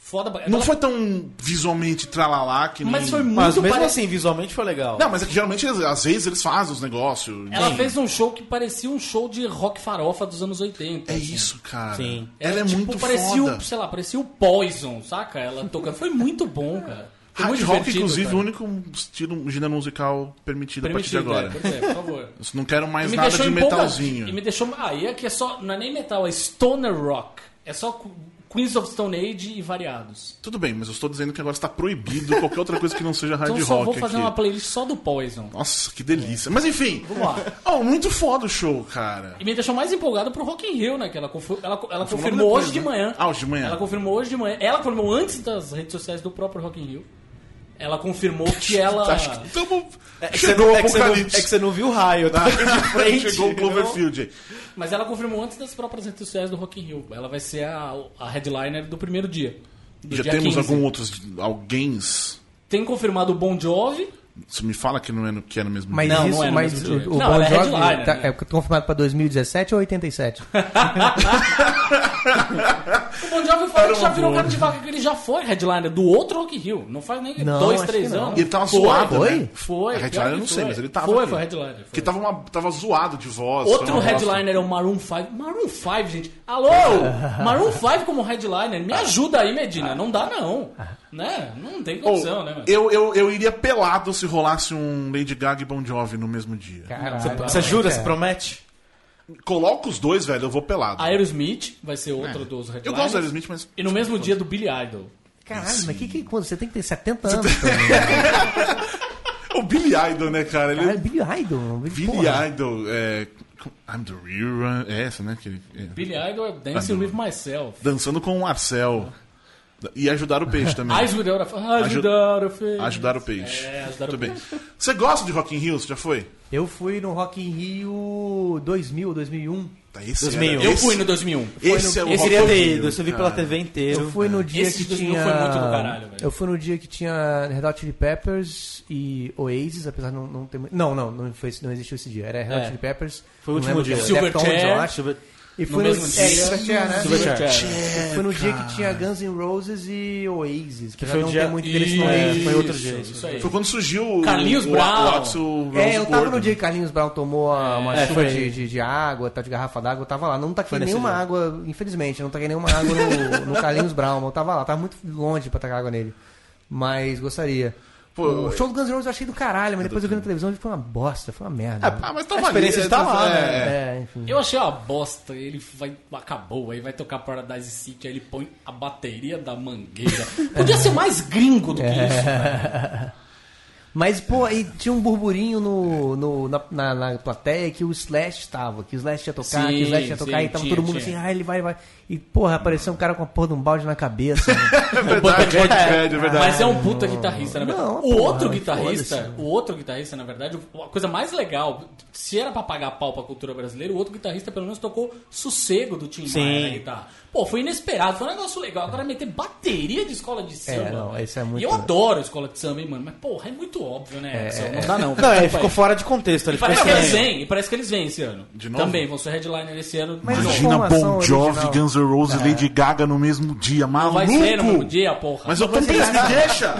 [SPEAKER 5] Foda pra
[SPEAKER 3] Não
[SPEAKER 5] Ela-
[SPEAKER 3] foi tão visualmente tralalá que nem...
[SPEAKER 5] Mas foi muito
[SPEAKER 4] Mas mesmo
[SPEAKER 5] parecido.
[SPEAKER 4] assim, visualmente foi legal.
[SPEAKER 3] Não, mas é que geralmente eles- às vezes eles fazem os negócios.
[SPEAKER 5] Ela
[SPEAKER 3] Sim.
[SPEAKER 5] fez um show que parecia um show de rock farofa dos anos 80.
[SPEAKER 3] É
[SPEAKER 5] assim.
[SPEAKER 3] isso, cara.
[SPEAKER 4] Sim.
[SPEAKER 3] Ela é,
[SPEAKER 5] tipo,
[SPEAKER 3] muito
[SPEAKER 5] parecia
[SPEAKER 3] foda.
[SPEAKER 5] O, sei lá, parecia o Poison, saca? Ela tocando. Foi muito bom, cara. Foi
[SPEAKER 3] Hard
[SPEAKER 5] muito
[SPEAKER 3] rock,
[SPEAKER 5] divertido,
[SPEAKER 3] inclusive,
[SPEAKER 5] cara.
[SPEAKER 3] o único estilo um gênero musical permitido, a
[SPEAKER 5] Permitido,
[SPEAKER 3] partir de
[SPEAKER 5] É,
[SPEAKER 3] agora.
[SPEAKER 5] pois é, por favor.
[SPEAKER 3] <laughs> Eu não quero mais
[SPEAKER 5] me
[SPEAKER 3] nada
[SPEAKER 5] deixou
[SPEAKER 3] de
[SPEAKER 5] empolgado.
[SPEAKER 3] metalzinho.
[SPEAKER 5] E me deixou. Aí é que é só. Não é nem metal, é stoner rock. É só Qu- Queens of Stone Age e variados.
[SPEAKER 3] Tudo bem, mas eu estou dizendo que agora está proibido qualquer outra coisa que não seja hard
[SPEAKER 5] Então eu
[SPEAKER 3] Tá rock
[SPEAKER 5] só vou fazer
[SPEAKER 3] aqui.
[SPEAKER 5] uma playlist só do Poison.
[SPEAKER 3] Nossa, que delícia. Mas enfim.
[SPEAKER 5] Vamos lá.
[SPEAKER 3] Oh, muito foda o show, cara.
[SPEAKER 5] E me deixou mais empolgado pro Rock in Rio, né? Que ela, confi- ela, ela
[SPEAKER 3] Foi logo
[SPEAKER 5] confirmou
[SPEAKER 3] depois,
[SPEAKER 5] hoje de
[SPEAKER 3] né?
[SPEAKER 5] manhã.
[SPEAKER 3] Ah, hoje de manhã.
[SPEAKER 5] Ela confirmou hoje de manhã. Ela confirmou antes das redes sociais do próprio Rock in Rio. Ela confirmou
[SPEAKER 3] <laughs>
[SPEAKER 5] que ela.
[SPEAKER 3] Acho que tamo...
[SPEAKER 4] É que,
[SPEAKER 3] Chegou o
[SPEAKER 4] você não, é, que você não-
[SPEAKER 3] apocalipse.
[SPEAKER 4] é que você não viu o raio, tá? aqui de frente.
[SPEAKER 3] Chegou o Cloverfield aí.
[SPEAKER 5] Mas ela confirmou antes das próprias redes sociais do Rock in Rio. Ela vai ser a, a headliner do primeiro dia. Do né?
[SPEAKER 3] Já
[SPEAKER 5] dia
[SPEAKER 3] temos
[SPEAKER 5] 15.
[SPEAKER 3] algum outros alguém.
[SPEAKER 5] Tem confirmado o Bon Jovi.
[SPEAKER 3] Você me fala que não é no, que é no mesmo
[SPEAKER 6] Mas
[SPEAKER 3] dia.
[SPEAKER 5] Não,
[SPEAKER 6] isso,
[SPEAKER 5] não é no
[SPEAKER 6] mas
[SPEAKER 5] mesmo dia.
[SPEAKER 6] o, o
[SPEAKER 5] Não,
[SPEAKER 6] Bon
[SPEAKER 5] ela é
[SPEAKER 6] Jovi
[SPEAKER 5] headliner,
[SPEAKER 6] tá-
[SPEAKER 5] né?
[SPEAKER 6] é confirmado pra 2017
[SPEAKER 5] <laughs>
[SPEAKER 6] ou 87?
[SPEAKER 5] O Bon Jovi falou que já virou cara de vaca, que ele já foi headliner do outro Rock in Rio. Não faz nem
[SPEAKER 6] Não,
[SPEAKER 5] dois,
[SPEAKER 6] acho
[SPEAKER 5] três
[SPEAKER 6] que não.
[SPEAKER 5] anos.
[SPEAKER 3] E ele tava
[SPEAKER 5] Foi,
[SPEAKER 3] zoado,
[SPEAKER 6] foi?
[SPEAKER 3] né?
[SPEAKER 5] Foi.
[SPEAKER 3] A headliner
[SPEAKER 5] pior que
[SPEAKER 3] eu não sei,
[SPEAKER 5] foi.
[SPEAKER 3] mas ele tava.
[SPEAKER 5] Foi,
[SPEAKER 3] aqui. um
[SPEAKER 5] foi headliner. Foi.
[SPEAKER 3] Porque tava, uma, tava zoado de voz. foi uma
[SPEAKER 5] Outro
[SPEAKER 3] bosta.
[SPEAKER 5] headliner é o Maroon 5. Maroon 5, gente.
[SPEAKER 6] <laughs>
[SPEAKER 5] Alô? Maroon 5 como headliner. Me ajuda aí, Medina. Não dá, não. Né? Não tem
[SPEAKER 3] Ou,
[SPEAKER 5] condição, né, mano?
[SPEAKER 3] eu, eu, eu iria pelado se rolasse um Lady Gaga e Bon Jovi no mesmo dia.
[SPEAKER 6] Caralho.
[SPEAKER 4] Você jura? Você promete?
[SPEAKER 3] Coloca os dois, velho, eu vou pelado.
[SPEAKER 5] Aerosmith vai ser outro dos headliners.
[SPEAKER 3] É. eu gosto do Aerosmith, mas.
[SPEAKER 5] E no mesmo dia do Billy Idol.
[SPEAKER 6] Caralho, mas que, que quando você tem que ter 70 anos? também.
[SPEAKER 3] <laughs> O Billy Idol, né, cara? Ele- <laughs>
[SPEAKER 6] Caralho, Billy Idol.
[SPEAKER 3] Billy
[SPEAKER 6] porra.
[SPEAKER 3] Idol. É... I'm the real one. É essa, né? Que ele- é.
[SPEAKER 5] Billy Idol é Dancing With Myself.
[SPEAKER 3] Dançando com o Marcel. E ajudar o peixe
[SPEAKER 5] <laughs>
[SPEAKER 3] também.
[SPEAKER 5] Eyes Without a Face. Ajudar o Face.
[SPEAKER 3] Ajudar o peixe.
[SPEAKER 5] É, ajudar
[SPEAKER 3] Muito
[SPEAKER 5] o
[SPEAKER 3] bem. Você gosta de Rock in Rio? Você já foi?
[SPEAKER 6] Eu fui no Rock in Rio 2000, 2001.
[SPEAKER 3] Tá, Esse
[SPEAKER 4] 2000.
[SPEAKER 3] era-
[SPEAKER 5] Eu
[SPEAKER 3] esse-
[SPEAKER 5] fui no 2001.
[SPEAKER 3] Esse é o
[SPEAKER 4] eu
[SPEAKER 3] Rock
[SPEAKER 4] queria
[SPEAKER 3] in
[SPEAKER 4] ter
[SPEAKER 3] Rio, Ah.
[SPEAKER 4] ido, isso eu vi
[SPEAKER 3] cara.
[SPEAKER 4] pela TV inteira.
[SPEAKER 6] Eu fui no dia
[SPEAKER 5] Esse
[SPEAKER 6] que
[SPEAKER 5] 2000
[SPEAKER 6] tinha...
[SPEAKER 5] foi muito do caralho, velho.
[SPEAKER 6] Eu fui no dia que tinha Red Hot Chili Peppers e Oasis, apesar de não, não ter... muito- Não, não, não, foi, esse- não existiu esse dia. Era Red Hot
[SPEAKER 5] É.
[SPEAKER 6] Chili Peppers.
[SPEAKER 4] Foi o
[SPEAKER 6] não
[SPEAKER 4] último
[SPEAKER 6] lembro
[SPEAKER 4] dia.
[SPEAKER 6] o que era,
[SPEAKER 5] Silverchair.
[SPEAKER 6] Deftones, eu acho.
[SPEAKER 4] Silver-
[SPEAKER 6] E
[SPEAKER 5] No
[SPEAKER 6] foi no,
[SPEAKER 5] mesmo dia.
[SPEAKER 6] é, Silverchair, né?
[SPEAKER 4] Silverchair.
[SPEAKER 6] Foi no dia que tinha Guns N' Roses e Oasis. Que
[SPEAKER 4] foi
[SPEAKER 6] eu
[SPEAKER 4] o
[SPEAKER 6] não
[SPEAKER 4] dia-
[SPEAKER 6] tenho muito interesse no
[SPEAKER 4] Isso.
[SPEAKER 6] Oasis.
[SPEAKER 4] Foi é- outro jeito.
[SPEAKER 5] Isso aí.
[SPEAKER 3] Foi quando surgiu o-
[SPEAKER 5] Carlinhos
[SPEAKER 3] o,
[SPEAKER 5] Brown.
[SPEAKER 3] O Axel Rose
[SPEAKER 6] É, eu tava
[SPEAKER 3] Gordon.
[SPEAKER 6] no dia que Carlinhos Brown tomou a- uma
[SPEAKER 4] é,
[SPEAKER 6] chuva
[SPEAKER 4] foi.
[SPEAKER 6] de, de, de água, tal, de garrafa d'água, eu tava lá. Não taquei
[SPEAKER 4] Foi nesse
[SPEAKER 6] nenhuma
[SPEAKER 4] dia.
[SPEAKER 6] água, infelizmente, eu não taquei nenhuma
[SPEAKER 4] <laughs>
[SPEAKER 6] água no, no Carlinhos Brown, mas eu tava lá, tava muito longe pra tacar água nele. Mas gostaria.
[SPEAKER 3] Pô,
[SPEAKER 6] o show do Guns N' Roses eu achei do caralho, mas depois eu vi na televisão e foi uma bosta, foi uma merda.
[SPEAKER 3] Ah, mas tava
[SPEAKER 4] A experiência
[SPEAKER 3] ali,
[SPEAKER 6] tá
[SPEAKER 4] está lá,
[SPEAKER 3] é,
[SPEAKER 4] né?
[SPEAKER 3] é.
[SPEAKER 6] É, enfim.
[SPEAKER 5] Eu achei uma bosta, ele vai, acabou, aí vai tocar Paradise City, aí ele põe a bateria da mangueira. Podia ser mais gringo do que
[SPEAKER 4] É.
[SPEAKER 5] isso. né?
[SPEAKER 6] Mas, pô, aí tinha um burburinho no, no- na, na- na plateia que o Slash estava, que o Slash ia tocar,
[SPEAKER 5] Sim,
[SPEAKER 6] que o Slash ia
[SPEAKER 5] sim,
[SPEAKER 6] tocar, e tava
[SPEAKER 5] tinha,
[SPEAKER 6] todo mundo
[SPEAKER 5] tinha.
[SPEAKER 6] assim, ah, ele vai, vai. E, porra, apareceu um cara com a porra de um balde na
[SPEAKER 4] <laughs>
[SPEAKER 6] cabeça. né?
[SPEAKER 3] É verdade, pode crer, é verdade.
[SPEAKER 5] Mas é um puta guitarrista, na verdade.
[SPEAKER 6] Não,
[SPEAKER 5] o
[SPEAKER 6] porra,
[SPEAKER 5] outro
[SPEAKER 6] mas
[SPEAKER 5] guitarrista,
[SPEAKER 6] foda-se.
[SPEAKER 5] o outro guitarrista, na verdade, a coisa mais legal, se era pra pagar pau pra cultura brasileira, o outro guitarrista pelo menos tocou sossego do Tim Maia na
[SPEAKER 4] Sim.
[SPEAKER 5] guitarra. Pô, foi inesperado, foi um negócio legal. Agora meter bateria de escola de samba.
[SPEAKER 6] não, isso é muito-
[SPEAKER 5] E eu adoro escola de samba, hein, mano. Mas, porra, é muito óbvio, né? Edson? não dá, não.
[SPEAKER 4] <laughs> Não, ele
[SPEAKER 5] Desculpa
[SPEAKER 4] ficou
[SPEAKER 5] aí.
[SPEAKER 4] fora de contexto.
[SPEAKER 5] E
[SPEAKER 4] Ele
[SPEAKER 5] parece que é assim.
[SPEAKER 4] ficou
[SPEAKER 5] eles
[SPEAKER 4] sem-
[SPEAKER 5] vêm, e parece que eles vêm esse ano.
[SPEAKER 3] De novo?
[SPEAKER 5] Também, vão ser headliner esse ano.
[SPEAKER 6] Mas
[SPEAKER 5] de novo.
[SPEAKER 6] isso-
[SPEAKER 3] Imagina
[SPEAKER 6] Informação
[SPEAKER 3] Bon Jovi,
[SPEAKER 6] original.
[SPEAKER 3] Guns N' Roses, Lady Gaga no mesmo dia,
[SPEAKER 5] É. Não
[SPEAKER 3] maluco!
[SPEAKER 5] vai ser no mesmo dia, porra.
[SPEAKER 3] Mas eu tô pensando, me
[SPEAKER 6] <laughs>
[SPEAKER 3] deixa!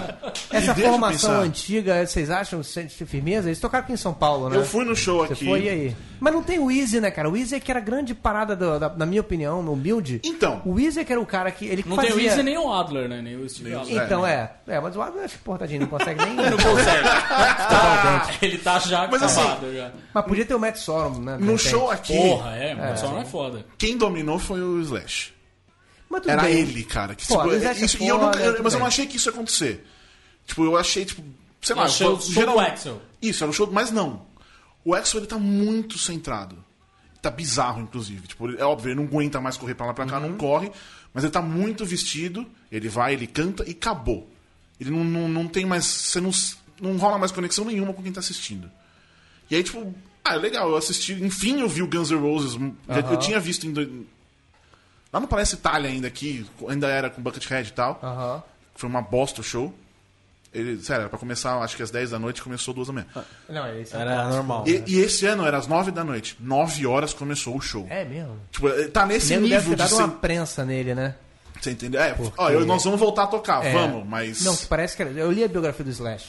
[SPEAKER 3] Me
[SPEAKER 6] Essa
[SPEAKER 3] deixa
[SPEAKER 6] formação
[SPEAKER 3] pensar.
[SPEAKER 6] antiga, vocês acham sente firmeza? Eles tocaram aqui em São Paulo, né?
[SPEAKER 3] Eu fui no show
[SPEAKER 6] Você
[SPEAKER 3] aqui.
[SPEAKER 6] foi e aí? Mas não tem o Easy, né, cara? O Easy é que era a grande parada, do- da- na minha opinião, no humilde.
[SPEAKER 3] Então.
[SPEAKER 6] O Easy é que era o cara que. Ele
[SPEAKER 5] Não
[SPEAKER 6] fazia...
[SPEAKER 5] tem o Easy nem o Adler, né? Nem o Steve
[SPEAKER 3] Nem o
[SPEAKER 5] Adler.
[SPEAKER 6] Então, é. É, mas o Adam acho que portadinho, não consegue nem. <laughs>
[SPEAKER 5] Não consegue. Ah, <laughs> ele tá já
[SPEAKER 3] Mas assim,
[SPEAKER 5] acabado. já.
[SPEAKER 6] Mas podia ter o Matt Sorum, né? de
[SPEAKER 3] No
[SPEAKER 6] repente.
[SPEAKER 3] show aqui,
[SPEAKER 5] Porra, é, mas só não é foda.
[SPEAKER 3] quem dominou foi o Slash.
[SPEAKER 6] Mas tudo
[SPEAKER 3] Era
[SPEAKER 6] bem.
[SPEAKER 3] ele, cara. Que,
[SPEAKER 6] Pô,
[SPEAKER 3] tipo,
[SPEAKER 6] mas essa
[SPEAKER 3] isso- e eu
[SPEAKER 6] porra,
[SPEAKER 3] nunca- eu-
[SPEAKER 6] tudo
[SPEAKER 3] mas eu não
[SPEAKER 6] bem.
[SPEAKER 3] achei que isso ia acontecer. Tipo, eu achei, tipo, sei lá,
[SPEAKER 5] Eu achei o
[SPEAKER 3] foi-
[SPEAKER 5] show
[SPEAKER 3] geral-
[SPEAKER 5] do Axel.
[SPEAKER 3] Isso, era o show, mas não. O Axel ele tá muito centrado. Tá bizarro, inclusive. Tipo, ele- é óbvio, ele não aguenta mais correr pra lá e pra cá, não corre, mas ele tá muito vestido, ele vai, ele canta e acabou. Ele não, não, não tem mais. Você não, s- não rola mais conexão nenhuma com quem tá assistindo. E aí, tipo, ah, legal, eu assisti. Enfim, eu vi o Guns N' Roses. já- Eu tinha visto em. dois- Lá no Palestra Itália ainda aqui, ainda era com Buckethead e tal.
[SPEAKER 6] Aham.
[SPEAKER 3] Foi uma bosta o show. Ele, sério, era pra começar, acho que às 10 da noite, começou duas da manhã.
[SPEAKER 6] Não, é isso.
[SPEAKER 4] Era normal.
[SPEAKER 3] E, e esse ano era às 9 da noite. 9 horas começou o show.
[SPEAKER 6] É mesmo.
[SPEAKER 3] Tipo, eh, tá nesse
[SPEAKER 6] Esse deve
[SPEAKER 3] nível
[SPEAKER 6] ter
[SPEAKER 3] de.
[SPEAKER 6] dado
[SPEAKER 3] Você
[SPEAKER 6] uma prensa nele, né?
[SPEAKER 3] você entendeu? É, ó, eu- nós vamos voltar a tocar,
[SPEAKER 6] É.
[SPEAKER 3] vamos, mas.
[SPEAKER 6] Não, que parece que. era- Eu li a biografia do Slash.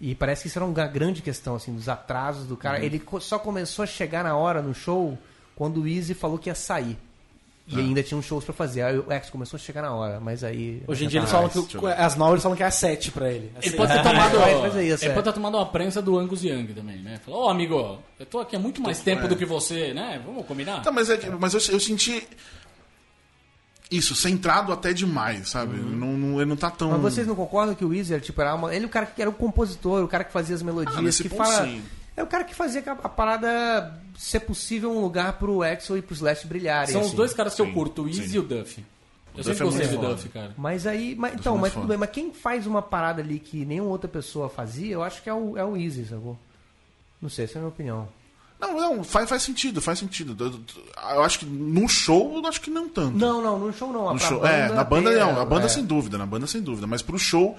[SPEAKER 6] E parece que isso era uma grande questão, assim, dos atrasos do
[SPEAKER 4] Uhum.
[SPEAKER 6] cara. Ele co- só começou a chegar na hora no show quando o Easy falou que ia sair. E
[SPEAKER 4] Ah.
[SPEAKER 6] ainda tinha uns shows pra fazer. Aí o X começou a chegar na hora, mas aí. tá
[SPEAKER 4] Hoje em dia eles
[SPEAKER 3] Ah,
[SPEAKER 4] falam
[SPEAKER 3] isso,
[SPEAKER 4] que.
[SPEAKER 3] deixa
[SPEAKER 4] o-
[SPEAKER 3] eu ver.
[SPEAKER 4] As novas eles falam que é a 7 pra ele.
[SPEAKER 5] Ele
[SPEAKER 4] Assim.
[SPEAKER 5] pode ter tomado,
[SPEAKER 6] Vai fazer isso,
[SPEAKER 5] é, ele
[SPEAKER 6] é.
[SPEAKER 5] pode ter tomado uma prensa do Angus Young também, né? Falou, ô amigo, eu tô aqui há muito mais tempo
[SPEAKER 3] é.
[SPEAKER 5] do que você, né? Vamos combinar?
[SPEAKER 3] Tá, mas, é que- mas eu, eu senti. Isso, centrado até demais, sabe? Não, não- ele não tá tão.
[SPEAKER 6] Uhum.
[SPEAKER 4] Hum.
[SPEAKER 6] Mas vocês não concordam que o Weezer, era, tipo, era uma- ele o cara que era o compositor, o cara que fazia as
[SPEAKER 3] Ah,
[SPEAKER 6] melodias,
[SPEAKER 3] nesse
[SPEAKER 6] que
[SPEAKER 3] ponto,
[SPEAKER 6] fala.
[SPEAKER 3] sim.
[SPEAKER 6] É o cara que fazia a, a parada ser possível um lugar pro Axel e pro Slash brilharem.
[SPEAKER 5] São os
[SPEAKER 6] assim.
[SPEAKER 5] dois caras que eu
[SPEAKER 3] Sim,
[SPEAKER 5] curto, o Easy
[SPEAKER 3] sim.
[SPEAKER 5] e o Duff. Eu
[SPEAKER 3] Duff
[SPEAKER 5] sempre
[SPEAKER 3] é muito
[SPEAKER 5] gostei do
[SPEAKER 3] foda.
[SPEAKER 5] Duff, cara.
[SPEAKER 6] Mas aí, mas, então,
[SPEAKER 3] mais
[SPEAKER 6] mas
[SPEAKER 3] foda.
[SPEAKER 6] tudo bem, mas quem faz uma parada ali que nenhuma outra pessoa fazia, eu acho que é o, é o Easy, sacou? Não sei, essa é a minha opinião.
[SPEAKER 3] Não, não, faz, faz sentido, faz sentido. Eu, eu acho que no show, eu acho que não tanto.
[SPEAKER 6] Não, não, no show não. a-
[SPEAKER 3] No
[SPEAKER 6] pra
[SPEAKER 3] show, é, na banda
[SPEAKER 6] tem-
[SPEAKER 3] não, na banda
[SPEAKER 6] é.
[SPEAKER 3] sem dúvida, na banda sem dúvida, mas pro show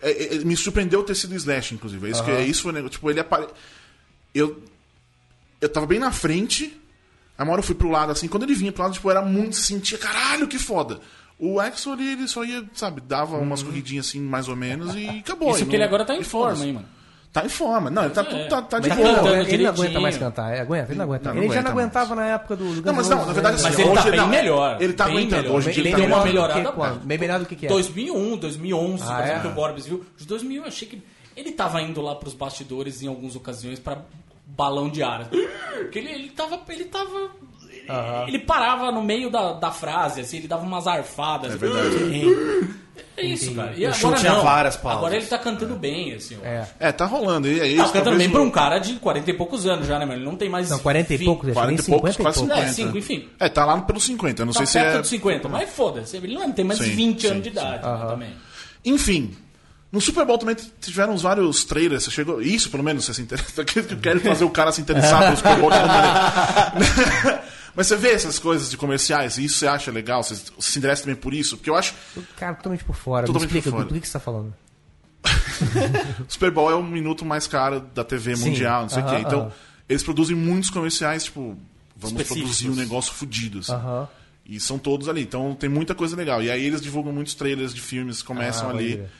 [SPEAKER 3] é, é, é, me surpreendeu ter sido Slash, inclusive. É isso que é isso, foi o negócio. tipo, ele apare... eu eu tava bem na frente, a uma hora eu fui pro lado assim, quando ele vinha pro lado, tipo, era muito sentia, caralho, que foda. O Axel ele, ele só ia, sabe, dava umas corridinhas assim, mais ou menos e acabou.
[SPEAKER 5] Uhum. Isso
[SPEAKER 3] E
[SPEAKER 5] porque
[SPEAKER 3] não-
[SPEAKER 5] ele agora tá em
[SPEAKER 3] e
[SPEAKER 5] forma,
[SPEAKER 3] foda-se.
[SPEAKER 5] hein, mano.
[SPEAKER 3] Tá em forma. Não, ele tá,
[SPEAKER 5] É.
[SPEAKER 3] tá, tá de
[SPEAKER 6] Mas
[SPEAKER 5] Tá
[SPEAKER 6] ele,
[SPEAKER 3] boa.
[SPEAKER 5] cantando
[SPEAKER 6] não, ele não aguenta
[SPEAKER 5] direitinho.
[SPEAKER 6] mais cantar, é, aguenta, ele não aguenta.
[SPEAKER 3] Não, não
[SPEAKER 6] ele já
[SPEAKER 3] aguenta
[SPEAKER 6] não
[SPEAKER 3] mais.
[SPEAKER 6] aguentava na época do, do Guns
[SPEAKER 3] Não, mas
[SPEAKER 6] N'
[SPEAKER 3] não, na
[SPEAKER 6] Roses,
[SPEAKER 3] verdade assim,
[SPEAKER 6] né?
[SPEAKER 5] Mas ele tá
[SPEAKER 3] hoje
[SPEAKER 5] bem
[SPEAKER 3] não,
[SPEAKER 5] melhor,
[SPEAKER 3] Ele tá
[SPEAKER 5] bem
[SPEAKER 3] aguentando
[SPEAKER 5] melhor.
[SPEAKER 3] hoje em dia
[SPEAKER 5] Ele
[SPEAKER 3] ele tá
[SPEAKER 5] deu uma
[SPEAKER 3] melhor.
[SPEAKER 5] melhorada
[SPEAKER 6] do que
[SPEAKER 5] boa.
[SPEAKER 3] Tá
[SPEAKER 6] quando? Bem melhor do que que é.
[SPEAKER 5] 2001, 2011,
[SPEAKER 6] Ah,
[SPEAKER 5] por exemplo,
[SPEAKER 6] é?
[SPEAKER 5] que o Borbes viu. De 2000 eu achei que ele tava indo lá pros bastidores em algumas ocasiões pra balão de ar. Porque ele, ele tava... Ele tava... ele- Ele parava no meio da, da frase, assim, ele dava umas arfadas.
[SPEAKER 3] É
[SPEAKER 5] assim,
[SPEAKER 3] verdade.
[SPEAKER 5] É isso, cara. E
[SPEAKER 4] O show
[SPEAKER 5] agora
[SPEAKER 4] tinha
[SPEAKER 5] não.
[SPEAKER 4] várias pausas.
[SPEAKER 5] Agora ele tá cantando bem, assim. ó.
[SPEAKER 6] É.
[SPEAKER 3] É, tá rolando. E é isso,
[SPEAKER 5] Tá cantando
[SPEAKER 3] talvez
[SPEAKER 5] bem
[SPEAKER 3] o-
[SPEAKER 5] pra um cara de 40 e poucos anos já, né, mano? Ele não tem mais...
[SPEAKER 6] Não, 40 e
[SPEAKER 5] fim.
[SPEAKER 6] poucos, acho que nem
[SPEAKER 3] 40 e poucos,
[SPEAKER 6] 50 e
[SPEAKER 3] quase
[SPEAKER 6] poucos.
[SPEAKER 3] 50.
[SPEAKER 5] É, cinco, enfim.
[SPEAKER 3] É, tá lá pelo 50. eu Não
[SPEAKER 5] Tá
[SPEAKER 3] sei se
[SPEAKER 5] perto
[SPEAKER 3] é.
[SPEAKER 5] dos 50, mas foda-se. Ele não tem mais
[SPEAKER 3] Sim,
[SPEAKER 5] 20
[SPEAKER 3] sim,
[SPEAKER 5] anos de idade né, também.
[SPEAKER 3] Enfim. No Super Bowl também tiveram uns vários trailers. Você chegou. Isso, pelo menos, você se interessa. <laughs> Que eu quero fazer o cara se interessar pelo Super Bowl de alguma maneira. <laughs> Mas você vê essas coisas de comerciais e isso você acha legal? Você se interessa também por isso? Porque eu acho.
[SPEAKER 6] Cara, totalmente por fora.
[SPEAKER 3] Totalmente
[SPEAKER 6] Me explica
[SPEAKER 3] por fora.
[SPEAKER 6] do que que você tá falando.
[SPEAKER 3] O Super Bowl é o minuto mais caro da TV mundial, não sei o
[SPEAKER 6] Aham,
[SPEAKER 3] quê. Então,
[SPEAKER 6] aham.
[SPEAKER 3] eles produzem muitos comerciais, tipo, vamos
[SPEAKER 4] Específicos.
[SPEAKER 3] produzir um negócio fudido. assim.
[SPEAKER 6] Aham.
[SPEAKER 3] E são todos ali. Então tem muita coisa legal. E aí eles divulgam muitos trailers de filmes, começam
[SPEAKER 6] Ah,
[SPEAKER 3] ali.
[SPEAKER 6] pode crer.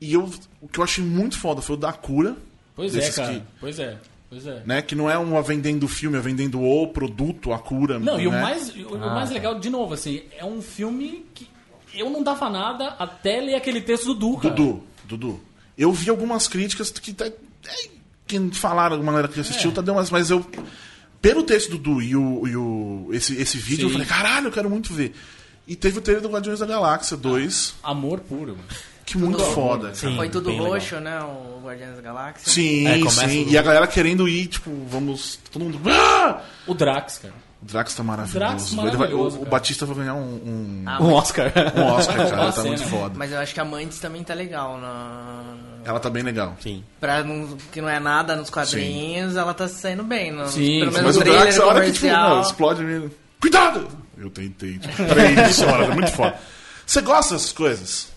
[SPEAKER 3] E eu, o que eu achei muito foda foi o da cura.
[SPEAKER 5] Pois é,
[SPEAKER 3] desses
[SPEAKER 5] cara.
[SPEAKER 3] Que,
[SPEAKER 5] Pois é. Pois é.
[SPEAKER 3] né, que não é uma vendendo filme, é vendendo o produto, a cura.
[SPEAKER 5] Não,
[SPEAKER 3] né?
[SPEAKER 5] e o mais, o,
[SPEAKER 6] Ah,
[SPEAKER 5] o
[SPEAKER 6] tá.
[SPEAKER 5] mais legal, de novo, assim, é um filme que eu não dava nada até ler aquele texto do Du, cara.
[SPEAKER 3] Dudu, Dudu. Eu vi algumas críticas que tá, é, que falaram, uma galera que
[SPEAKER 5] É.
[SPEAKER 3] assistiu, tá, deu umas, mas eu. Pelo texto do Du e, o, e o- esse, esse vídeo,
[SPEAKER 5] Sim.
[SPEAKER 3] eu falei, caralho, eu quero muito ver. E teve o trailer do Guardiões da Galáxia 2,
[SPEAKER 5] Amor puro, mano.
[SPEAKER 3] que muito foda. cara.
[SPEAKER 7] Foi tudo
[SPEAKER 8] bem
[SPEAKER 7] roxo, né? O Guardiões da Galáxia.
[SPEAKER 3] Sim,
[SPEAKER 8] É, começa
[SPEAKER 3] sim.
[SPEAKER 8] do-
[SPEAKER 3] E a galera querendo ir, tipo, vamos. Todo mundo. "Ah!"
[SPEAKER 5] O Drax, cara.
[SPEAKER 3] O Drax tá maravilhoso.
[SPEAKER 5] Drax
[SPEAKER 3] Ele vai- o-
[SPEAKER 5] maravilhoso,
[SPEAKER 3] o,
[SPEAKER 5] cara.
[SPEAKER 3] Batista vai ganhar um, um,
[SPEAKER 7] Ah,
[SPEAKER 8] Um Oscar.
[SPEAKER 3] um
[SPEAKER 5] <laughs>
[SPEAKER 3] Oscar, cara.
[SPEAKER 5] roubar
[SPEAKER 3] Ela
[SPEAKER 5] a
[SPEAKER 3] tá muito
[SPEAKER 5] cena.
[SPEAKER 3] foda.
[SPEAKER 7] Mas eu acho que a Mantis também tá legal. Na...
[SPEAKER 3] Ela tá bem legal.
[SPEAKER 8] Sim.
[SPEAKER 7] Pra não, que não é nada nos quadrinhos, ela tá saindo bem. No,
[SPEAKER 5] Sim, sim.
[SPEAKER 7] pelo menos
[SPEAKER 3] Mas
[SPEAKER 7] no
[SPEAKER 3] o Drax,
[SPEAKER 7] trailer
[SPEAKER 3] a hora que tipo,
[SPEAKER 7] comercial.
[SPEAKER 3] não, explode mesmo. Cuidado! Eu tentei, tipo, três horas, é muito foda. Você gosta dessas coisas?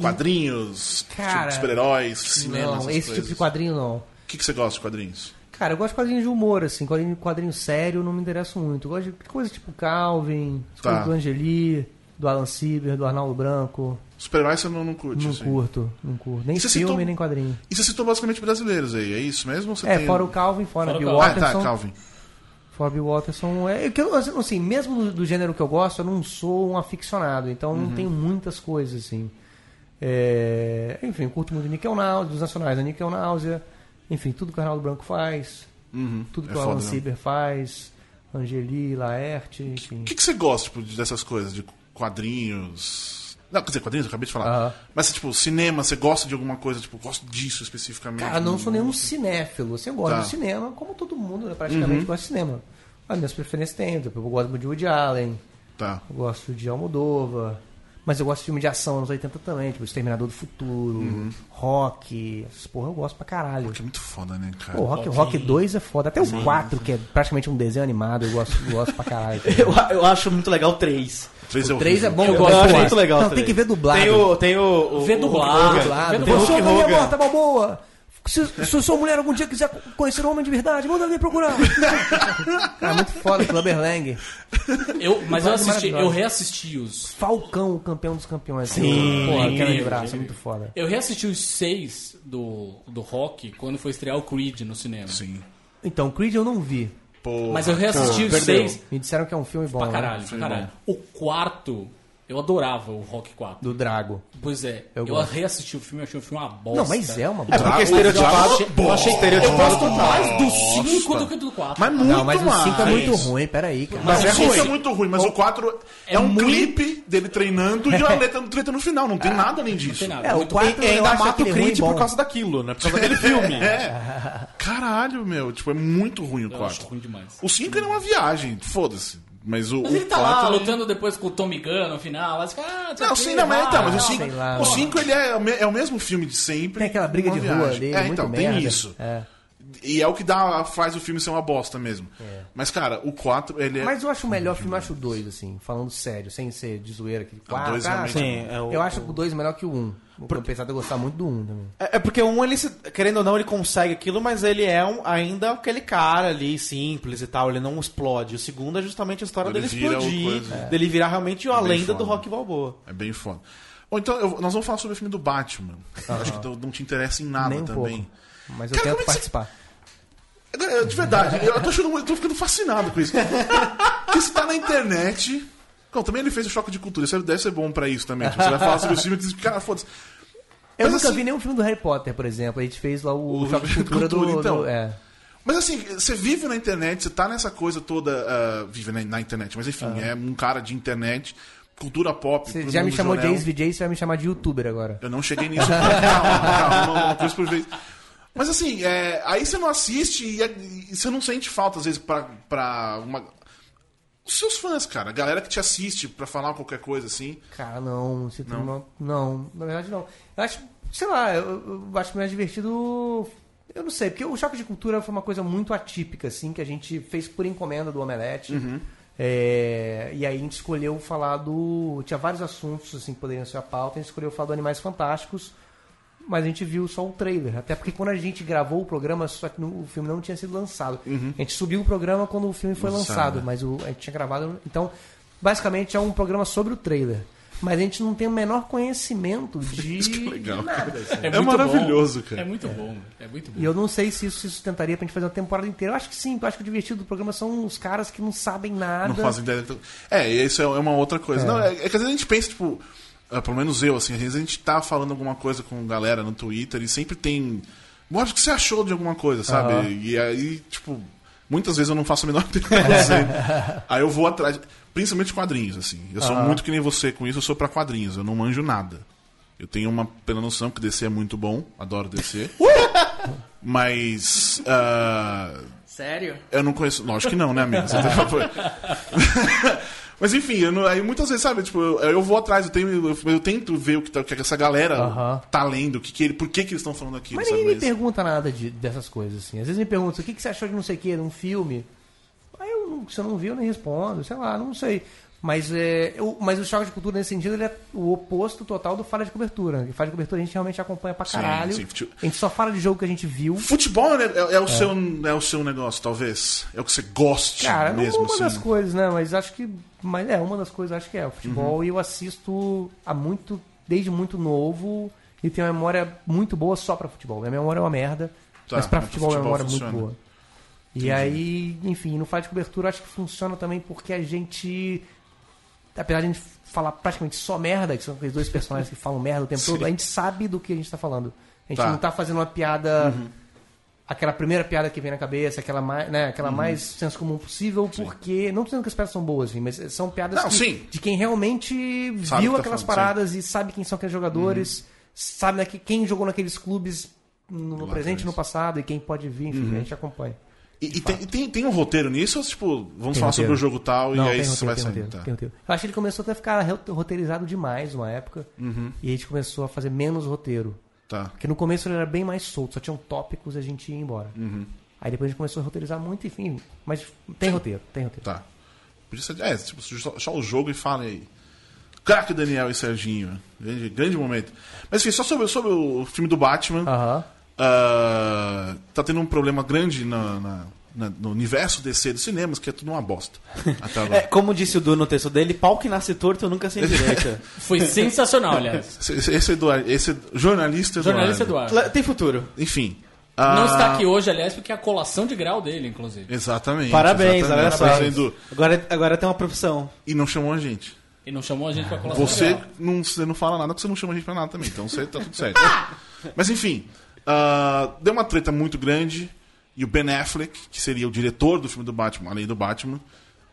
[SPEAKER 3] Quadrinhos,
[SPEAKER 6] Cara,
[SPEAKER 3] tipo, super-heróis, cinema,
[SPEAKER 6] não,
[SPEAKER 3] essas
[SPEAKER 6] esse
[SPEAKER 3] coisas.
[SPEAKER 6] tipo de quadrinho não.
[SPEAKER 3] O que, que você gosta de quadrinhos?
[SPEAKER 6] Cara, eu gosto de quadrinhos de humor, assim, quadrinho, quadrinho sério, não me interessa muito. Eu gosto de coisa tipo Calvin, as
[SPEAKER 3] Tá.
[SPEAKER 6] coisas do Angeli, do Alan Sieber, do Arnaldo Branco.
[SPEAKER 3] Super-heróis você não, não curte,
[SPEAKER 6] Não
[SPEAKER 3] assim.
[SPEAKER 6] curto, não curto. Nem
[SPEAKER 3] Você
[SPEAKER 6] filme,
[SPEAKER 3] citou-
[SPEAKER 6] nem quadrinho.
[SPEAKER 3] E você citou basicamente brasileiros aí, é isso mesmo? Ou Você
[SPEAKER 6] É,
[SPEAKER 3] tem-
[SPEAKER 6] fora o Calvin, fora,
[SPEAKER 5] Fora o
[SPEAKER 6] Bill
[SPEAKER 5] Calvin.
[SPEAKER 3] Ah, tá,
[SPEAKER 6] Watterson.
[SPEAKER 3] Calvin.
[SPEAKER 6] fora Bill Watterson. É, que eu, assim, mesmo do, do gênero que eu gosto, eu não sou um aficionado, então
[SPEAKER 3] Uhum.
[SPEAKER 6] não tenho muitas coisas, assim. É, enfim, eu curto muito Nickel Náusea, dos nacionais, né? Nickel Náusea, enfim, tudo que o Arnaldo Branco faz,
[SPEAKER 3] Uhum,
[SPEAKER 6] tudo
[SPEAKER 3] é
[SPEAKER 6] que o
[SPEAKER 3] foda,
[SPEAKER 6] Alan
[SPEAKER 3] né?
[SPEAKER 6] Sieber faz, Angeli, Laerte, enfim.
[SPEAKER 3] O que, que você gosta tipo, de- dessas coisas, de quadrinhos? Não, quer dizer, quadrinhos, eu acabei de falar.
[SPEAKER 6] Aham.
[SPEAKER 3] Mas, tipo, cinema, você gosta de alguma coisa? Tipo, gosto disso especificamente?
[SPEAKER 6] Cara, não sou nenhum cinéfilo. Assim, eu gosto
[SPEAKER 3] Tá. Uhum.
[SPEAKER 6] de cinema, como todo mundo, né, praticamente, gosta de cinema. As minhas preferências tem, tipo, eu gosto muito de Woody Allen,
[SPEAKER 3] Tá.
[SPEAKER 6] eu gosto de Almodóvar, mas eu gosto de filme de ação anos 80 também, tipo Exterminador do Futuro,
[SPEAKER 8] Uhum.
[SPEAKER 6] Rock, essas porra eu gosto pra caralho.
[SPEAKER 3] Que é muito foda, né, cara?
[SPEAKER 6] Pô, Rock, Rock 2 é foda, até o 4, que é praticamente um desenho animado, eu gosto, eu gosto pra caralho.
[SPEAKER 8] <laughs> Eu, eu acho muito legal o 3.
[SPEAKER 3] Três
[SPEAKER 6] O 3 é bom, eu
[SPEAKER 8] Eu
[SPEAKER 6] gosto.
[SPEAKER 8] acho
[SPEAKER 6] pô.
[SPEAKER 8] muito legal.
[SPEAKER 6] Não,
[SPEAKER 8] o
[SPEAKER 6] tem
[SPEAKER 8] três.
[SPEAKER 6] que ver dublado.
[SPEAKER 8] Tem o. Tem o, o
[SPEAKER 5] Vê
[SPEAKER 8] o
[SPEAKER 5] dublado.
[SPEAKER 8] Hulk Hogan.
[SPEAKER 5] Dublado.
[SPEAKER 8] Tem o
[SPEAKER 5] Você
[SPEAKER 8] Hulk
[SPEAKER 6] Você é minha
[SPEAKER 8] Hogan.
[SPEAKER 6] morta, Balboa! Se, se sua mulher algum dia quiser conhecer um homem de verdade, manda me
[SPEAKER 8] <laughs>
[SPEAKER 6] procurar. Cara, muito foda, Clubber Lang.
[SPEAKER 5] Eu, mas eu assisti,
[SPEAKER 6] Dublado
[SPEAKER 5] eu
[SPEAKER 6] maravilhoso.
[SPEAKER 5] reassisti os.
[SPEAKER 6] Falcão, o campeão dos campeões.
[SPEAKER 8] Sim.
[SPEAKER 6] Porra, quero
[SPEAKER 5] Incrível,
[SPEAKER 6] lembrar, isso é muito foda.
[SPEAKER 5] Eu reassisti os seis do, do rock quando foi estrear o Creed no cinema.
[SPEAKER 3] Sim.
[SPEAKER 6] Então, Creed eu não vi.
[SPEAKER 3] Pô,
[SPEAKER 5] Mas
[SPEAKER 6] Ah,
[SPEAKER 5] eu reassisti os seis
[SPEAKER 6] Me disseram que é um filme bom.
[SPEAKER 5] pra
[SPEAKER 6] né?
[SPEAKER 5] caralho, pra caralho. O quarto, eu adorava o Rock 4.
[SPEAKER 6] Do Drago.
[SPEAKER 5] Pois é,
[SPEAKER 6] Eu
[SPEAKER 5] eu,
[SPEAKER 6] gosto.
[SPEAKER 5] reassisti o filme, achei o filme uma bosta.
[SPEAKER 6] Não, mas é uma
[SPEAKER 8] É
[SPEAKER 6] bosta.
[SPEAKER 4] Ah,
[SPEAKER 8] porque
[SPEAKER 3] Drago-
[SPEAKER 8] estereotipado. Eu achei
[SPEAKER 4] é
[SPEAKER 8] estereotipado total.
[SPEAKER 5] Mais do 5 do que do 4.
[SPEAKER 3] Mas muito
[SPEAKER 6] Não, mas o 5 é
[SPEAKER 3] mais.
[SPEAKER 6] muito ruim, peraí, cara.
[SPEAKER 3] Mas
[SPEAKER 5] Mas
[SPEAKER 3] o
[SPEAKER 5] é
[SPEAKER 3] 5 é,
[SPEAKER 5] ruim.
[SPEAKER 3] muito ruim, mas o 4 é,
[SPEAKER 5] É
[SPEAKER 3] um
[SPEAKER 5] muito-
[SPEAKER 3] clipe dele treinando e a letra treta no final. Não tem nada além disso.
[SPEAKER 5] tem nada.
[SPEAKER 6] É, o
[SPEAKER 5] Muito
[SPEAKER 6] 4
[SPEAKER 8] E
[SPEAKER 6] eu
[SPEAKER 8] ainda
[SPEAKER 6] acho
[SPEAKER 8] mata
[SPEAKER 6] aquele
[SPEAKER 8] o
[SPEAKER 6] ruim
[SPEAKER 8] Creed por
[SPEAKER 6] bom.
[SPEAKER 8] causa daquele, né? Por causa daquele
[SPEAKER 4] <laughs>
[SPEAKER 8] filme.
[SPEAKER 3] É. Caralho, meu. Tipo, é muito ruim o
[SPEAKER 5] Eu acho
[SPEAKER 3] 4.
[SPEAKER 5] ruim demais.
[SPEAKER 3] O 5 era uma viagem, foda-se. Mas o,
[SPEAKER 5] Mas ele
[SPEAKER 3] o
[SPEAKER 5] tá lá
[SPEAKER 3] 4
[SPEAKER 5] lutando depois com o Tommy Gunn no final. Mas, ah,
[SPEAKER 3] Não, sim, não, mas então, mas o
[SPEAKER 6] sei
[SPEAKER 3] 5,
[SPEAKER 6] lá,
[SPEAKER 3] o
[SPEAKER 6] mano.
[SPEAKER 3] cinco ele é, o me- é o mesmo filme de sempre.
[SPEAKER 6] Tem aquela briga
[SPEAKER 3] uma
[SPEAKER 6] de rua
[SPEAKER 3] viagem.
[SPEAKER 6] dele,
[SPEAKER 3] É,
[SPEAKER 6] muito
[SPEAKER 3] então,
[SPEAKER 6] merda.
[SPEAKER 3] tem isso.
[SPEAKER 6] É.
[SPEAKER 3] E é o que dá, faz o filme ser uma bosta mesmo.
[SPEAKER 6] É.
[SPEAKER 3] Mas, cara, o 4, ele é.
[SPEAKER 6] Mas eu acho o melhor filme, eu acho o 2, assim, falando sério, sem ser de zoeira. Aquele
[SPEAKER 3] o
[SPEAKER 6] quatro,
[SPEAKER 3] dois
[SPEAKER 6] ah,
[SPEAKER 3] realmente-
[SPEAKER 8] Sim, é o-
[SPEAKER 6] Eu acho o 2 melhor que o 1. Um. Apesar de eu gostar muito do 1 um também.
[SPEAKER 8] É é porque um, ele, se- querendo ou não, ele consegue aquilo, mas ele é um- ainda aquele cara ali, simples e tal, ele não explode. O segundo é justamente a história
[SPEAKER 3] Ele
[SPEAKER 8] dele
[SPEAKER 3] vira o
[SPEAKER 8] explodir, é.
[SPEAKER 3] coisa.
[SPEAKER 8] dele virar realmente a
[SPEAKER 3] Bem
[SPEAKER 8] lenda
[SPEAKER 3] foda.
[SPEAKER 8] do Rock Balboa.
[SPEAKER 3] É bem foda. Bom, então eu- nós vamos falar sobre o filme do Batman. Eu Acho que tu- não te interessa em nada
[SPEAKER 6] Nem um
[SPEAKER 3] também.
[SPEAKER 6] pouco. Mas
[SPEAKER 3] Cara, como é
[SPEAKER 6] eu
[SPEAKER 3] que
[SPEAKER 6] tento
[SPEAKER 3] você-
[SPEAKER 6] participar.
[SPEAKER 3] Agora, de verdade, eu tô, achando, muito- eu tô ficando fascinado com isso. Porque se tá na internet. Bom, também ele fez o choque de cultura. Isso é, deve ser bom pra isso também. Tipo, você vai falar sobre o filme e diz, cara, foda-se.
[SPEAKER 6] Eu
[SPEAKER 3] Mas
[SPEAKER 6] nunca
[SPEAKER 3] assim-
[SPEAKER 6] vi nenhum filme do Harry Potter, por exemplo. A gente fez lá o,
[SPEAKER 3] O
[SPEAKER 6] o Choque de Cultura do...
[SPEAKER 3] Cultura,
[SPEAKER 6] do-
[SPEAKER 3] então.
[SPEAKER 6] é.
[SPEAKER 3] Mas assim, você vive na internet, você tá nessa coisa toda. ah, vive na, na internet, mas enfim, é um cara de internet, cultura pop.
[SPEAKER 6] Você
[SPEAKER 3] pro
[SPEAKER 6] já me
[SPEAKER 3] mundo
[SPEAKER 6] chamou de
[SPEAKER 3] jornal.
[SPEAKER 6] ex-VJ, você vai me chamar de youtuber agora.
[SPEAKER 3] Eu não cheguei nisso. calma, calma, uma coisa por vez. Mas assim, é, aí você não assiste e, é, e você não sente falta, às vezes, pra, pra uma. Os seus fãs, cara, a galera que te assiste pra falar qualquer coisa assim.
[SPEAKER 6] Cara, não, esse filme não. Não, na verdade não. Eu acho, sei lá, eu, eu acho mais divertido. Eu não sei, porque o Choque de Cultura foi uma coisa muito atípica, assim, que a gente fez por encomenda do Omelete. É, e aí a gente escolheu falar do. Tinha vários assuntos, assim, que poderiam ser a pauta, a gente escolheu falar do Animais Fantásticos. Mas a gente viu só o trailer. Até porque quando a gente gravou o programa, só que no- o filme não tinha sido lançado. A gente subiu o programa quando o filme foi Uhum. lançado,
[SPEAKER 3] Lançado,
[SPEAKER 6] né? mas o- a gente tinha gravado. Então, basicamente é um programa sobre o trailer. Mas a gente não tem o menor <laughs> conhecimento de
[SPEAKER 3] é legal.
[SPEAKER 6] de nada. assim.
[SPEAKER 5] é muito
[SPEAKER 3] é
[SPEAKER 5] bom.
[SPEAKER 3] maravilhoso, cara.
[SPEAKER 5] É muito bom, é muito bom.
[SPEAKER 6] E eu não sei se isso se sustentaria pra gente fazer uma temporada inteira. Eu acho que sim, eu acho que o divertido do programa são os caras que não sabem nada.
[SPEAKER 3] é Não fazem ideia. do que tá- É, isso é uma outra coisa. Não, é, é que às vezes a gente pensa, tipo. ah, é, pelo menos eu, assim, às vezes a gente tá falando alguma coisa com galera no Twitter e sempre tem. Mostra o que você achou de alguma coisa, sabe? E aí, tipo, muitas vezes eu não faço a menor <laughs> ideia do que eu sei. Aí eu vou atrás. Principalmente quadrinhos, assim. Eu sou muito que nem você com isso, eu sou pra quadrinhos, eu não manjo nada. Eu tenho uma pela noção que DC é muito bom, adoro DC. Mas. ah,
[SPEAKER 7] Sério?
[SPEAKER 3] eu não conheço. Lógico que não, né, amigo? Você tá-
[SPEAKER 6] <laughs>
[SPEAKER 3] foi. Mas enfim, eu não- aí muitas vezes, sabe, tipo, eu, eu vou atrás, eu, tenho, eu, eu tento ver o que, tá- o que essa galera
[SPEAKER 6] Aham.
[SPEAKER 3] tá lendo, o que que ele, por que, que eles estão falando aquilo,
[SPEAKER 6] Mas
[SPEAKER 3] sabe?
[SPEAKER 6] ninguém me
[SPEAKER 3] Mas-
[SPEAKER 6] pergunta nada de- dessas coisas, assim. Às vezes me perguntam, o que, que você achou de não sei o que, de um filme? Aí eu, não- se eu não vi, eu nem respondo, sei lá, não sei. Mas, é, eu- mas o choque de cultura, nesse sentido, ele é o oposto total do falha de cobertura. E falha de cobertura a gente realmente acompanha pra
[SPEAKER 3] Sim,
[SPEAKER 6] caralho.
[SPEAKER 3] sim. Tipo-
[SPEAKER 6] A gente só fala de jogo que a gente viu.
[SPEAKER 3] Futebol né, é, é o Seu, é o seu negócio, talvez. É o que você goste
[SPEAKER 6] Cara,
[SPEAKER 3] mesmo,
[SPEAKER 6] uma das
[SPEAKER 3] assim.
[SPEAKER 6] coisas, né? Mas acho que. Mas é, uma das coisas acho que é. O futebol
[SPEAKER 3] Uhum.
[SPEAKER 6] e eu assisto há muito. desde muito novo. E tenho uma memória muito boa só pra futebol. Minha memória é uma merda.
[SPEAKER 3] Tá,
[SPEAKER 6] mas pra
[SPEAKER 3] mas
[SPEAKER 6] futebol, é uma
[SPEAKER 3] futebol
[SPEAKER 6] memória é muito
[SPEAKER 3] funciona.
[SPEAKER 6] boa. E aí, enfim, no Fala de Cobertura acho que funciona também porque a gente. Apesar de a gente falar praticamente só merda, que são aqueles dois personagens que falam merda
[SPEAKER 3] <laughs>
[SPEAKER 6] o tempo todo, a gente sabe do que a gente tá falando. A gente
[SPEAKER 3] Tá. Uhum.
[SPEAKER 6] não tá fazendo uma piada aquela primeira piada que vem na cabeça, aquela mais, né, aquela
[SPEAKER 3] Uhum.
[SPEAKER 6] mais senso comum possível, porque não tô dizendo que as piadas são boas, assim, mas são piadas
[SPEAKER 3] Não,
[SPEAKER 6] que-
[SPEAKER 3] sim.
[SPEAKER 6] de quem realmente
[SPEAKER 3] Sabe o
[SPEAKER 6] viu
[SPEAKER 3] que tá falando,
[SPEAKER 6] aquelas
[SPEAKER 3] Uhum.
[SPEAKER 6] paradas e sabe quem são aqueles jogadores, sabe né, que- quem jogou naqueles clubes no, no
[SPEAKER 3] Lá
[SPEAKER 6] presente,
[SPEAKER 3] atrás. Uhum.
[SPEAKER 6] no passado e quem pode vir, enfim, a gente acompanha.
[SPEAKER 3] E, e tem, e tem, tem um roteiro nisso? Ou, tipo, vamos falar
[SPEAKER 6] roteiro.
[SPEAKER 3] sobre o jogo tal
[SPEAKER 6] Não,
[SPEAKER 3] e
[SPEAKER 6] tem
[SPEAKER 3] aí
[SPEAKER 6] roteiro,
[SPEAKER 3] você vai
[SPEAKER 6] tem
[SPEAKER 3] saindo.
[SPEAKER 6] roteiro,
[SPEAKER 3] tá.
[SPEAKER 6] tem roteiro. Eu acho que ele começou até a ficar rote- roteirizado demais uma época
[SPEAKER 3] Uhum.
[SPEAKER 6] e a gente começou a fazer menos roteiro.
[SPEAKER 3] tá.
[SPEAKER 6] Porque no começo ele era bem mais solto, só tinham tópicos e a gente ia embora.
[SPEAKER 3] Uhum.
[SPEAKER 6] Aí depois a gente começou a roteirizar muito, enfim. Mas tem roteiro, tem roteiro.
[SPEAKER 3] Tá. Podia ser, é, tipo, só, só o jogo e fala aí. Crack Daniel e Serginho. Grande, grande momento. Mas enfim, só sobre, sobre o filme do Batman.
[SPEAKER 6] Aham.
[SPEAKER 3] Ah, tá tendo um problema grande na- na- na- no universo DC dos cinemas, que é tudo
[SPEAKER 8] <laughs>
[SPEAKER 3] uma bosta. Até agora.
[SPEAKER 8] É, como disse o Du no texto dele, pau que nasce torto nunca sem <laughs> direita.
[SPEAKER 3] <laughs>
[SPEAKER 5] Foi sensacional, aliás.
[SPEAKER 3] Esse, esse, Eduardo- esse é jornalista Eduardo.
[SPEAKER 5] Jornalista Eduardo.
[SPEAKER 8] Tem futuro.
[SPEAKER 3] Enfim.
[SPEAKER 5] Não
[SPEAKER 3] ah,
[SPEAKER 5] está aqui hoje, aliás, porque é a colação de grau dele, inclusive.
[SPEAKER 3] Exatamente.
[SPEAKER 8] Parabéns, olha
[SPEAKER 3] exatamente.
[SPEAKER 8] só.
[SPEAKER 3] Fazendo-
[SPEAKER 8] Agora, agora tem uma profissão.
[SPEAKER 3] E não chamou a gente.
[SPEAKER 5] E não chamou a gente pra colação de
[SPEAKER 3] Você
[SPEAKER 5] grau.
[SPEAKER 3] não, você não fala nada porque você não chama a gente pra nada também. Então você tá tudo certo. <laughs> Mas enfim, ah, deu uma treta muito grande. E o Ben Affleck, que seria o diretor do filme do Batman, além do Batman,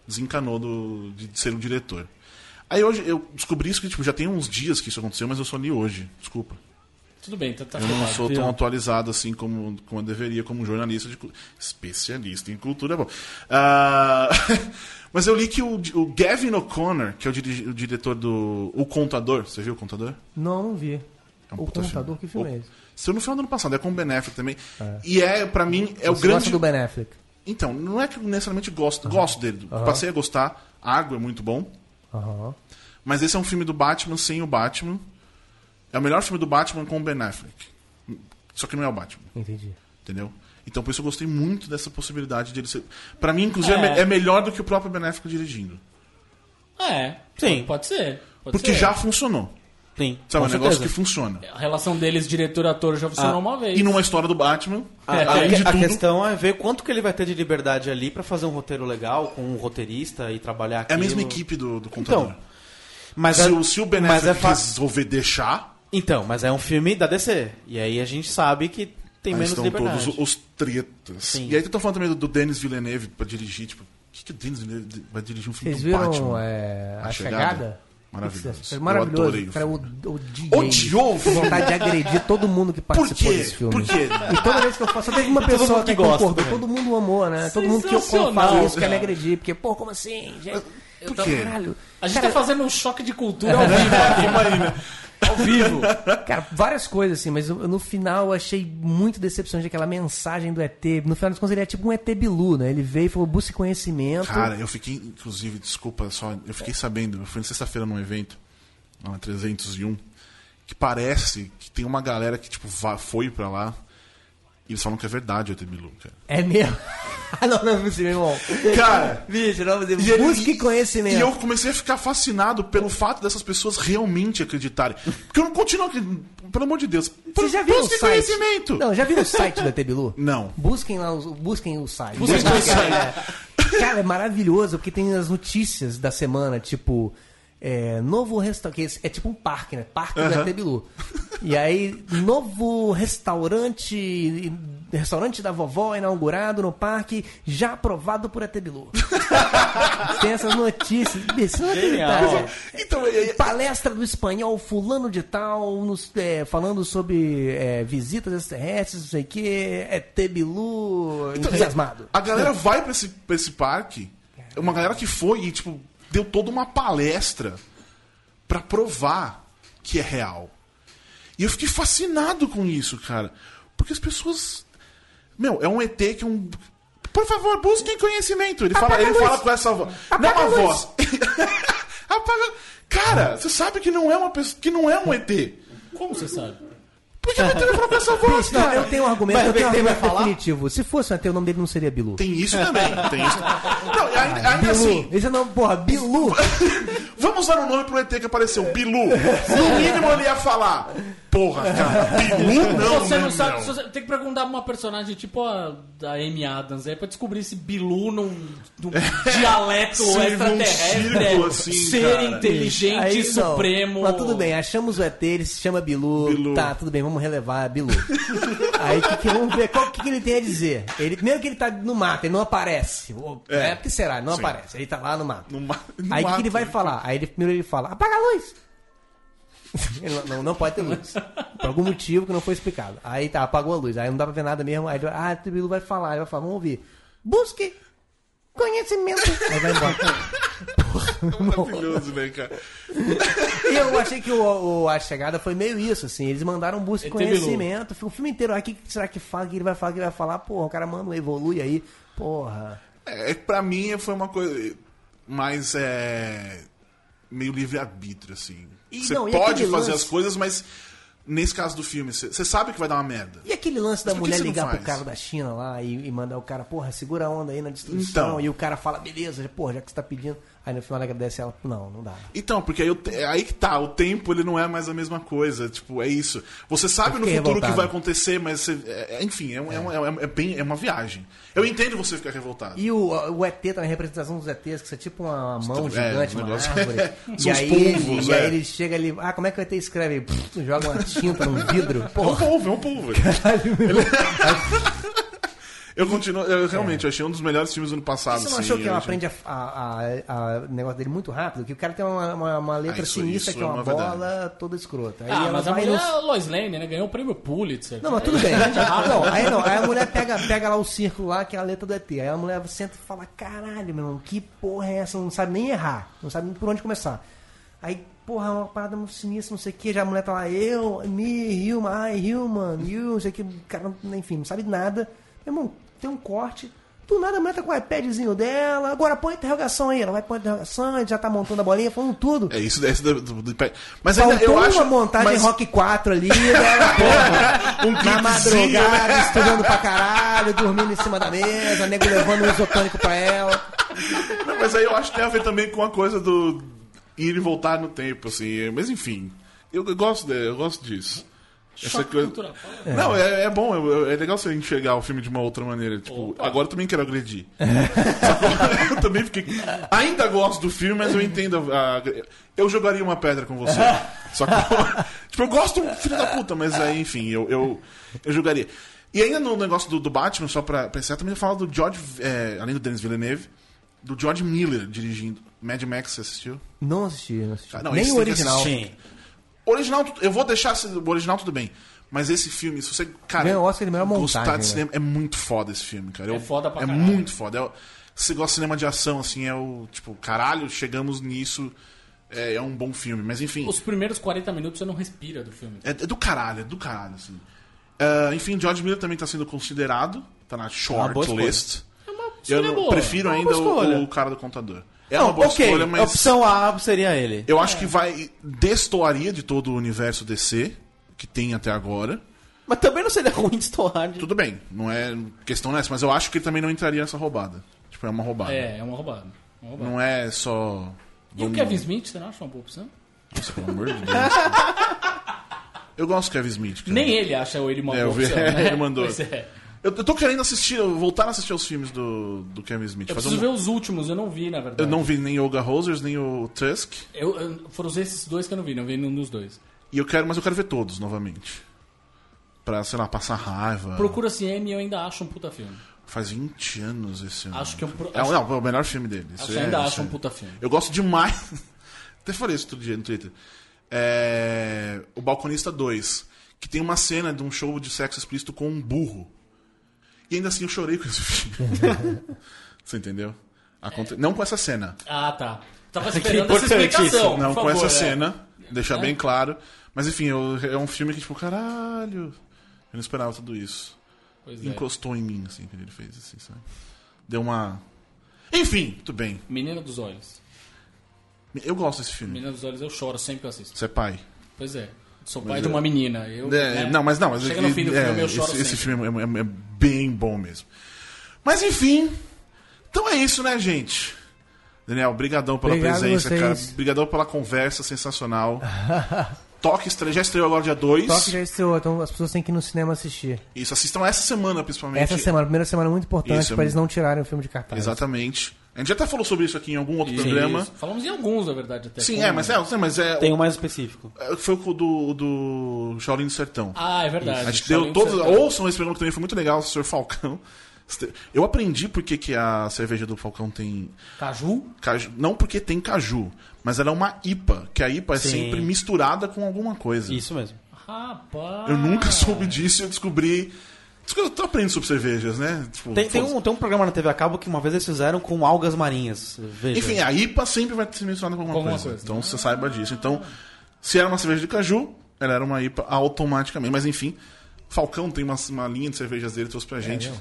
[SPEAKER 3] desencanou do- de ser o diretor. Aí hoje eu descobri isso que tipo, já tem uns dias que isso aconteceu, mas eu só li hoje. Desculpa.
[SPEAKER 5] Tudo bem, tá, tá
[SPEAKER 3] Eu não
[SPEAKER 5] filmado.
[SPEAKER 3] sou
[SPEAKER 6] um-
[SPEAKER 3] tão atualizado assim como, como eu deveria, como um jornalista de cu- especialista em cultura. Bom, Ah, <laughs> mas eu li que o, o Gavin O'Connor, que é o, dirige- o diretor do O Contador, você viu o Contador?
[SPEAKER 6] Não, não vi.
[SPEAKER 3] É um
[SPEAKER 6] o
[SPEAKER 3] puta
[SPEAKER 6] computador que filme é esse?
[SPEAKER 3] Se eu não final do ano passado, é com o Ben Affleck também. E é, pra mim, é o
[SPEAKER 6] Você
[SPEAKER 3] grande.
[SPEAKER 6] gosta do Ben Affleck.
[SPEAKER 3] Então, não é que eu necessariamente gosto, gosto dele. Passei a gostar. Água é muito bom.
[SPEAKER 6] Aham.
[SPEAKER 3] Mas esse é um filme do Batman sem o Batman. É o melhor filme do Batman com o Ben Affleck. Só que não é o Batman.
[SPEAKER 6] Entendi.
[SPEAKER 3] Entendeu? Então, por isso eu gostei muito dessa possibilidade de ele ser. Pra mim, inclusive, é,
[SPEAKER 5] É.
[SPEAKER 3] me- é melhor do que o próprio Benéfico dirigindo.
[SPEAKER 5] Ah, é.
[SPEAKER 8] Sim.
[SPEAKER 5] Pode ser. pode
[SPEAKER 3] Porque
[SPEAKER 5] ser.
[SPEAKER 3] já funcionou.
[SPEAKER 8] Sim.
[SPEAKER 3] Sabe, é
[SPEAKER 8] com
[SPEAKER 3] um negócio
[SPEAKER 8] certeza.
[SPEAKER 3] que funciona.
[SPEAKER 5] A relação deles, diretor-ator, já funcionou uma vez.
[SPEAKER 3] Ah. E Ah, numa história do Batman,
[SPEAKER 5] É,
[SPEAKER 8] A,
[SPEAKER 3] além de
[SPEAKER 8] que- a
[SPEAKER 3] tudo.
[SPEAKER 8] questão é ver quanto que ele vai ter de liberdade ali pra fazer um roteiro legal com um roteirista e trabalhar
[SPEAKER 3] É a
[SPEAKER 8] aquilo.
[SPEAKER 3] mesma equipe do, do contador.
[SPEAKER 8] Então, mas
[SPEAKER 3] se,
[SPEAKER 8] é,
[SPEAKER 3] o, se o Ben
[SPEAKER 8] mas é
[SPEAKER 3] Affleck
[SPEAKER 8] fa-
[SPEAKER 3] resolver deixar,
[SPEAKER 8] Então, mas é um filme da DC. E aí a gente sabe que tem
[SPEAKER 3] aí
[SPEAKER 8] menos
[SPEAKER 3] estão
[SPEAKER 8] liberdade.
[SPEAKER 3] todos os tretas.
[SPEAKER 8] Sim.
[SPEAKER 3] E aí estão falando também do, do Denis Villeneuve pra dirigir. Tipo, o que, que o Denis Villeneuve vai dirigir um filme
[SPEAKER 6] Vocês
[SPEAKER 3] do
[SPEAKER 6] viram
[SPEAKER 3] Batman?
[SPEAKER 6] é, a,
[SPEAKER 3] A Chegada?
[SPEAKER 6] chegada?
[SPEAKER 3] Maravilhoso.
[SPEAKER 6] Putz, Foi
[SPEAKER 3] Eu
[SPEAKER 6] maravilhoso.
[SPEAKER 3] adorei o
[SPEAKER 6] Cara, eu odiei.
[SPEAKER 3] Odiou o
[SPEAKER 6] Tive
[SPEAKER 3] filme?
[SPEAKER 6] vontade de agredir todo mundo que participou
[SPEAKER 3] quê?
[SPEAKER 6] desse filme.
[SPEAKER 3] Por quê?
[SPEAKER 6] <laughs> E toda vez que eu faço, só teve uma
[SPEAKER 8] Todo
[SPEAKER 6] pessoa
[SPEAKER 8] mundo
[SPEAKER 6] que,
[SPEAKER 8] que gosta
[SPEAKER 6] concordou,
[SPEAKER 8] também.
[SPEAKER 6] todo mundo amou, né? Todo mundo que eu
[SPEAKER 5] Sensacional,
[SPEAKER 6] falo isso quer
[SPEAKER 5] cara.
[SPEAKER 6] me agredir, porque, pô, como assim? Gente?
[SPEAKER 7] Eu
[SPEAKER 3] Por quê?
[SPEAKER 6] Caralho.
[SPEAKER 5] A
[SPEAKER 3] ah.
[SPEAKER 5] gente tá
[SPEAKER 6] Cara,
[SPEAKER 5] fazendo um choque de
[SPEAKER 3] É.
[SPEAKER 5] cultura ao vivo aqui. Ao vivo.
[SPEAKER 6] Cara, várias coisas assim, mas eu- no final eu achei muito decepcionante aquela mensagem do ET. No final das contas, ele é tipo um ET Bilu, né? Ele veio e falou: busque conhecimento.
[SPEAKER 3] Cara, eu fiquei, inclusive, desculpa só, eu fiquei sabendo, eu fui na sexta-feira num evento, lá na 301, que parece que tem uma galera que, tipo, va- foi pra lá e eles falam que é verdade o ET Bilu, cara.
[SPEAKER 6] É mesmo? <laughs> Ah, não, não é possível, irmão.
[SPEAKER 3] Cara,
[SPEAKER 6] Bicho, não é possível.
[SPEAKER 3] ele-
[SPEAKER 6] Busque
[SPEAKER 3] E
[SPEAKER 6] conhecimento.
[SPEAKER 3] eu comecei a ficar fascinado pelo fato dessas pessoas realmente acreditarem. Porque eu não continuo acreditando, pelo amor de Deus.
[SPEAKER 6] Você já viu o
[SPEAKER 3] Então busque
[SPEAKER 6] site?
[SPEAKER 3] conhecimento!
[SPEAKER 6] Não, já viu o site do ET Bilu?
[SPEAKER 3] Não.
[SPEAKER 6] Busquem lá, os- busquem o site.
[SPEAKER 5] Busquem o
[SPEAKER 6] é Cara, é maravilhoso, porque tem as notícias da semana, tipo... é, novo restaurante. É tipo um parque, né? Parque do ET Bilu. E aí, novo restaurante. Restaurante da vovó inaugurado no parque, já aprovado por ET Bilu. <laughs> Tem essas notícias. Isso não é acreditável.
[SPEAKER 3] Então, é- é-
[SPEAKER 6] Palestra do espanhol fulano de tal, nos, é, falando sobre é, visitas extraterrestres, não sei o quê, é Tebilu
[SPEAKER 3] Então,
[SPEAKER 6] entusiasmado.
[SPEAKER 3] A galera vai pra esse, pra esse parque. É Uma galera que foi e, tipo, deu toda uma palestra pra provar que é real. E eu fiquei fascinado com isso, cara. Porque as pessoas. Meu, é um ET que é um. Por favor, busquem conhecimento. Ele, fala, ele fala com essa voz. Não é uma voz. <laughs> Apaga. Cara, você sabe que não é uma pessoa. que não é um ET.
[SPEAKER 5] Como você sabe?
[SPEAKER 3] Por <laughs> que o ET vai falar com essa voz,
[SPEAKER 6] Não,
[SPEAKER 3] cara?
[SPEAKER 6] eu tenho um argumento, eu tenho um
[SPEAKER 4] vai
[SPEAKER 6] argumento
[SPEAKER 4] falar?
[SPEAKER 6] definitivo. Se fosse um ET, o nome dele não seria Bilu.
[SPEAKER 3] Tem isso né? também. Tem isso. Não, ainda, ainda
[SPEAKER 6] Bilu.
[SPEAKER 3] assim.
[SPEAKER 6] Esse é o nome, porra, Bilu.
[SPEAKER 3] <laughs> Vamos dar um nome pro ET que apareceu, Bilu. No mínimo ele ia falar. Porra, cara, Bilu não,
[SPEAKER 5] você
[SPEAKER 3] né,
[SPEAKER 5] não sabe.
[SPEAKER 3] meu?
[SPEAKER 5] se você- Tem que perguntar pra uma personagem tipo a da Amy Adams aí pra descobrir se Bilu num,
[SPEAKER 3] <laughs>
[SPEAKER 5] num dialeto
[SPEAKER 3] Sim, num
[SPEAKER 5] extraterrestre
[SPEAKER 3] círculo,
[SPEAKER 5] é
[SPEAKER 3] assim,
[SPEAKER 5] ser
[SPEAKER 3] cara.
[SPEAKER 5] inteligente
[SPEAKER 6] Aí, não.
[SPEAKER 5] supremo.
[SPEAKER 6] Mas tudo bem, achamos o ET, ele se chama Bilu.
[SPEAKER 3] Bilu.
[SPEAKER 6] Tá, tudo bem, vamos relevar
[SPEAKER 3] <laughs>
[SPEAKER 6] Bilu. Aí que, que- vamos ver qual que, que ele tem a dizer. Ele, mesmo que ele tá no mato, ele não aparece. Ou-
[SPEAKER 3] É.
[SPEAKER 6] É, porque será? Ele Não
[SPEAKER 3] Sim.
[SPEAKER 6] aparece. Ele tá lá no mato.
[SPEAKER 3] No ma- no
[SPEAKER 6] Aí o que,
[SPEAKER 3] mato,
[SPEAKER 6] ele vai <laughs>
[SPEAKER 3] né?
[SPEAKER 6] falar? Aí ele, primeiro ele fala, apaga a luz! <laughs> Ele não- não, não pode ter luz. Por algum motivo que não foi explicado. Aí tá, apagou a luz. Aí não dá pra ver nada mesmo. Aí ele, ah, o Bilu vai falar. Ele vai falar, vamos ouvir. Busque conhecimento. Aí vai embora.
[SPEAKER 3] Maravilhoso, né, cara?
[SPEAKER 6] E eu achei que o, o- A Chegada foi meio isso, assim. Eles mandaram busca de
[SPEAKER 5] E teve
[SPEAKER 6] conhecimento. Ficou o filme inteiro. Ah, o que que será que fala? O que ele vai falar? O que ele vai falar? Porra, o cara manda, evolui aí. Porra.
[SPEAKER 3] É, é que pra mim foi uma coisa mais é, meio livre-arbítrio, assim.
[SPEAKER 6] E
[SPEAKER 3] Você
[SPEAKER 6] não, e
[SPEAKER 3] pode
[SPEAKER 6] aquele
[SPEAKER 3] fazer
[SPEAKER 6] lance?
[SPEAKER 3] as coisas, mas nesse caso do filme, você você sabe que vai dar uma merda.
[SPEAKER 6] E aquele lance da
[SPEAKER 3] Mas por que
[SPEAKER 6] mulher
[SPEAKER 3] você não
[SPEAKER 6] ligar pro
[SPEAKER 3] faz?
[SPEAKER 6] cara da China lá e, e mandar o cara, porra, segura a onda aí na destruição.
[SPEAKER 3] Então.
[SPEAKER 6] E o cara fala, beleza, porra, já que você tá pedindo. Aí no final ela agradece ela. Não, não dá.
[SPEAKER 3] Então, porque aí, o te- é aí que tá, o tempo ele não é mais a mesma coisa, tipo, é isso. Você sabe
[SPEAKER 6] Eu
[SPEAKER 3] no
[SPEAKER 6] fiquei
[SPEAKER 3] futuro o que
[SPEAKER 6] revoltado.
[SPEAKER 3] vai acontecer, mas você- é- é- enfim, é, um- é um- é um- é bem, é uma viagem. Eu entendo você ficar revoltado.
[SPEAKER 6] E o, o ET tá na representação dos ETs, que isso é tipo uma mão
[SPEAKER 3] Estru- é,
[SPEAKER 6] gigante,
[SPEAKER 3] um
[SPEAKER 6] uma
[SPEAKER 3] negócio-
[SPEAKER 6] árvore.
[SPEAKER 3] <laughs>
[SPEAKER 6] e,
[SPEAKER 3] São os
[SPEAKER 6] aí,
[SPEAKER 3] polvos,
[SPEAKER 6] e aí
[SPEAKER 3] é.
[SPEAKER 6] ele chega ali, ah, como é que o ET escreve? Pff, joga uma tinta num
[SPEAKER 3] <laughs>
[SPEAKER 6] vidro.
[SPEAKER 3] É um
[SPEAKER 6] Porra.
[SPEAKER 3] polvo, é um polvo. <laughs> Eu continuo, eu realmente eu achei um dos melhores filmes do ano passado.
[SPEAKER 6] Você não
[SPEAKER 3] sim,
[SPEAKER 6] achou que é
[SPEAKER 3] eu
[SPEAKER 6] ela
[SPEAKER 3] achei-
[SPEAKER 6] aprende a, a- a- a- o negócio dele muito rápido? Que o cara tem uma, uma- uma letra
[SPEAKER 3] Ah, isso-
[SPEAKER 6] sinistra
[SPEAKER 3] isso
[SPEAKER 6] que é
[SPEAKER 3] é uma
[SPEAKER 6] uma, bola
[SPEAKER 3] verdade.
[SPEAKER 6] toda escrota. Aí
[SPEAKER 5] Ah,
[SPEAKER 6] ela
[SPEAKER 5] mas a
[SPEAKER 6] vai
[SPEAKER 5] mulher
[SPEAKER 6] no-
[SPEAKER 5] é a Lois Lane, né? Ganhou o prêmio Pulitzer.
[SPEAKER 6] Não, mas tudo bem. Ah, não, aí não. Aí a mulher pega, pega lá o círculo lá, que é a letra do ET. Aí a mulher senta e fala, caralho, meu irmão, que porra é essa? Não sabe nem errar. Não sabe nem por onde começar. Aí, porra, é uma parada muito sinistra, não sei o que. Já a mulher tá lá, eu, me, human, I, human, you, não sei o que. Cara, enfim, não sabe nada. Meu irmão, tem um corte. Do nada a mulher tá com o iPadzinho dela. Agora põe a interrogação aí. Ela vai pôr a interrogação, ele já tá montando a bolinha, falando tudo.
[SPEAKER 3] É isso, é isso do, do, do- Mas ainda
[SPEAKER 6] Faltou
[SPEAKER 3] eu
[SPEAKER 6] uma
[SPEAKER 3] acho
[SPEAKER 6] montagem
[SPEAKER 3] mas-
[SPEAKER 6] Rock 4 ali, né?
[SPEAKER 3] <laughs>
[SPEAKER 6] <laughs> dela, porra,
[SPEAKER 3] Um
[SPEAKER 6] na
[SPEAKER 3] clipezinho,
[SPEAKER 6] madrugada,
[SPEAKER 3] né?
[SPEAKER 6] estudando pra caralho, dormindo em cima da mesa, nego levando um isotônico pra ela.
[SPEAKER 3] Não, mas aí eu acho que tem a ver também com a coisa do ir e voltar no tempo, assim. Mas enfim, eu, eu gosto, de- eu gosto disso. Essa coisa...
[SPEAKER 5] cultural.
[SPEAKER 3] Não, é, é bom, eu- eu- é legal você enxergar o filme de uma outra maneira. Tipo, agora eu também quero agredir. Sacou? eu também fiquei. Ainda gosto do filme, mas eu entendo. a- a- eu jogaria uma pedra com você. Só que. tipo, eu gosto, filho da puta, mas aí, enfim, eu, eu, eu jogaria. E ainda no negócio do, do Batman, só pra pensar, também eu falo do George. é, além do Denis Villeneuve, do George Miller dirigindo. Mad Max, você assistiu?
[SPEAKER 6] Não assisti, não assisti.
[SPEAKER 3] Ah, não,
[SPEAKER 6] Nem
[SPEAKER 3] esse
[SPEAKER 6] o
[SPEAKER 3] tem que
[SPEAKER 6] original.
[SPEAKER 3] assistir. Original, tu- eu vou deixar esse- o original tudo bem. Mas esse filme, se você, cara,
[SPEAKER 6] Ganhou o Oscar de melhor
[SPEAKER 3] gostar
[SPEAKER 4] né?
[SPEAKER 6] montagem,
[SPEAKER 3] de cinema, é muito foda esse filme, cara.
[SPEAKER 5] É
[SPEAKER 3] Eu-
[SPEAKER 5] foda pra
[SPEAKER 3] É
[SPEAKER 5] caralho.
[SPEAKER 3] muito foda. É o- se você gosta de cinema de ação, assim, é o tipo, caralho, chegamos nisso, é, é um bom filme. Mas enfim,
[SPEAKER 5] Os primeiros 40 minutos você não respira do filme.
[SPEAKER 3] é, é do caralho, é do caralho, assim. Ah, enfim, George Miller também tá sendo considerado, tá na short
[SPEAKER 4] É boa escolha.
[SPEAKER 3] list.
[SPEAKER 5] É escolha
[SPEAKER 3] eu não-
[SPEAKER 5] boa.
[SPEAKER 3] prefiro
[SPEAKER 4] É uma
[SPEAKER 3] ainda
[SPEAKER 4] boa escolha.
[SPEAKER 3] o, o cara do contador. É
[SPEAKER 4] Não,
[SPEAKER 3] uma boa
[SPEAKER 4] ok,
[SPEAKER 3] escolha, mas.
[SPEAKER 4] a opção A seria ele.
[SPEAKER 3] Eu
[SPEAKER 5] É.
[SPEAKER 3] acho que vai destoaria de todo o universo DC que tem até agora.
[SPEAKER 4] Mas também não seria <laughs> ruim de estourar.
[SPEAKER 3] Tudo bem, não é questão nessa, mas eu acho que ele também não entraria nessa roubada. Tipo, é uma roubada.
[SPEAKER 5] É, é uma roubada. Uma roubada.
[SPEAKER 3] Não é só.
[SPEAKER 5] E o
[SPEAKER 3] vamos-
[SPEAKER 5] Kevin Smith, você não acha uma boa opção?
[SPEAKER 3] Nossa, pelo amor de
[SPEAKER 5] <laughs>
[SPEAKER 3] Deus. cara. Eu gosto do Kevin Smith. cara.
[SPEAKER 5] Nem ele acha ou ele uma
[SPEAKER 3] É,
[SPEAKER 5] boa
[SPEAKER 3] eu vi-
[SPEAKER 5] opção. Né?
[SPEAKER 3] <laughs> ele mandou.
[SPEAKER 5] Pois é.
[SPEAKER 3] Eu, eu tô querendo assistir, eu voltar a assistir os filmes do, do Kevin Smith.
[SPEAKER 5] Eu
[SPEAKER 3] Fazer
[SPEAKER 5] preciso
[SPEAKER 3] um-
[SPEAKER 5] ver os últimos, eu não vi, na verdade.
[SPEAKER 3] eu não vi nem o Olga Rosers, nem o Tusk.
[SPEAKER 5] Eu- eu- foram esses dois que eu não vi, não vi nenhum dos dois.
[SPEAKER 3] E eu quero, mas eu quero ver todos novamente. Pra, sei lá, passar raiva.
[SPEAKER 5] Procura CM e eu ainda acho um puta filme.
[SPEAKER 3] Faz 20 anos esse ano.
[SPEAKER 5] Acho que é um pro-
[SPEAKER 3] É,
[SPEAKER 5] acho-
[SPEAKER 3] não, é o melhor filme dele. Isso
[SPEAKER 5] Acho,
[SPEAKER 3] é-
[SPEAKER 5] ainda
[SPEAKER 3] isso
[SPEAKER 5] acho
[SPEAKER 3] é-
[SPEAKER 5] um puta filme.
[SPEAKER 3] Eu gosto demais. <laughs> Até falei isso outro dia no Twitter. É, O Balconista 2. Que tem uma cena de um show de sexo explícito com um burro. E ainda assim eu chorei com esse filme. <laughs> Você entendeu? Aconte- Não com essa cena.
[SPEAKER 5] Ah, tá. Tava esperando
[SPEAKER 4] Que
[SPEAKER 5] É. essa explicação.
[SPEAKER 3] Não
[SPEAKER 5] por
[SPEAKER 3] com
[SPEAKER 5] favor,
[SPEAKER 3] essa
[SPEAKER 5] é.
[SPEAKER 3] cena. Deixar bem claro. Mas enfim, eu- é um filme que tipo, caralho. Eu não esperava tudo isso.
[SPEAKER 5] Pois é.
[SPEAKER 3] Encostou em mim, assim, quando ele fez, assim, sabe? Deu uma. Enfim, tudo bem.
[SPEAKER 5] Menina dos Olhos.
[SPEAKER 3] Eu gosto desse filme.
[SPEAKER 5] Menina dos Olhos eu choro sempre que eu assisto.
[SPEAKER 3] Você é pai.
[SPEAKER 5] Pois é. Sou pai de uma menina. Eu,
[SPEAKER 3] É,
[SPEAKER 5] né,
[SPEAKER 3] Não, mas não. Mas
[SPEAKER 5] Chega no fim do
[SPEAKER 3] é,
[SPEAKER 5] filme, eu choro
[SPEAKER 3] esse, esse
[SPEAKER 5] sempre.
[SPEAKER 3] filme é, é- é bem bom mesmo. Mas enfim. Então é isso, né, gente? Daniel, brigadão pela
[SPEAKER 6] Obrigado
[SPEAKER 3] presença,
[SPEAKER 6] vocês.
[SPEAKER 3] cara. Obrigadão pela conversa sensacional. <laughs> Toque estre... já estreou agora dia 2.
[SPEAKER 6] Toque já estreou, então as pessoas têm que ir no cinema assistir.
[SPEAKER 3] Isso, assistam essa semana, principalmente.
[SPEAKER 6] Essa semana, primeira semana muito importante
[SPEAKER 3] Isso, é
[SPEAKER 6] pra eles
[SPEAKER 3] muito-
[SPEAKER 6] não tirarem o filme de cartaz.
[SPEAKER 3] Exatamente. A gente já até falou sobre isso aqui em algum outro
[SPEAKER 5] Isso.
[SPEAKER 3] programa.
[SPEAKER 5] Falamos em alguns, na verdade, até.
[SPEAKER 3] Sim,
[SPEAKER 5] Como-
[SPEAKER 3] é, mas é, sim, mas é.
[SPEAKER 4] Tem um mais específico.
[SPEAKER 3] é, Foi o do, do Shaolin do Sertão.
[SPEAKER 5] Ah, é verdade.
[SPEAKER 3] A gente
[SPEAKER 5] Falei
[SPEAKER 3] deu
[SPEAKER 5] pra
[SPEAKER 3] todos.
[SPEAKER 5] você também.
[SPEAKER 3] Ouçam esse programa que também foi muito legal, o senhor Falcão. Eu aprendi porque que a cerveja do Falcão tem.
[SPEAKER 5] Caju?
[SPEAKER 3] Caju, não porque tem caju, mas ela é uma IPA, que a IPA é
[SPEAKER 4] Sim.
[SPEAKER 3] sempre misturada com alguma coisa.
[SPEAKER 4] Isso Ah. mesmo.
[SPEAKER 5] Rapaz.
[SPEAKER 3] Eu nunca soube disso e eu descobri. Eu tô aprendendo sobre cervejas, né? Tipo,
[SPEAKER 4] Tem, tem
[SPEAKER 3] foda-se.
[SPEAKER 4] um, tem um programa na TV a cabo que uma vez eles fizeram com algas marinhas. Veja.
[SPEAKER 3] Enfim, a IPA sempre vai ser misturada com alguma
[SPEAKER 5] Com alguma
[SPEAKER 3] coisa.
[SPEAKER 5] coisa.
[SPEAKER 3] Então você saiba disso. Então, se era uma cerveja de caju, ela era uma IPA automaticamente. Mas enfim, Falcão tem uma, uma linha de cervejas dele, trouxe pra
[SPEAKER 5] É
[SPEAKER 3] gente.